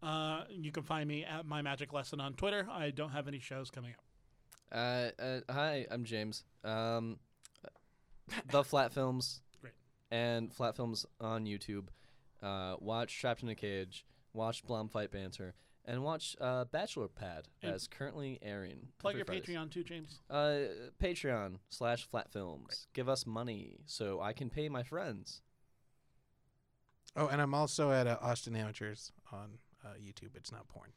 S2: Uh, you can find me at my magic lesson on Twitter. I don't have any shows coming up.
S1: Uh, uh, hi, I'm James. Um, the Flat Films.
S2: Great.
S1: And Flat Films on YouTube. Uh, watch Trapped in a Cage. Watch Blom Fight Banter. And watch uh, Bachelor Pad
S2: And
S1: that's currently airing.
S2: Plug
S1: every
S2: your
S1: Fridays.
S2: Patreon too, James.
S1: Uh, Patreon slash Flat Films. Give us money so I can pay my friends.
S3: Oh, and I'm also at uh, Austin Amateurs on uh, YouTube. It's not porn.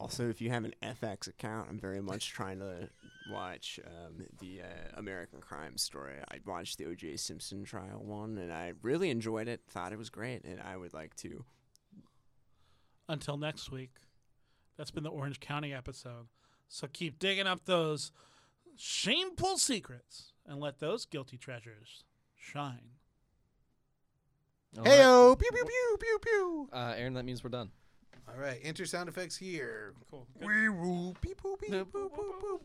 S4: Also, if you have an FX account, I'm very much trying to watch um, the uh, American Crime Story. I watched the O.J. Simpson trial one, and I really enjoyed it. Thought it was great, and I would like to.
S2: Until next week, that's been the Orange County episode. So keep digging up those shameful secrets and let those guilty treasures shine.
S1: All right.
S2: Oh,
S3: Heyo, pew pew pew pew pew.
S1: Uh, Aaron, that means we're done.
S3: All right, enter sound effects here.
S2: Cool.
S3: Wee woo, beep boop, beep boop, boop, boop.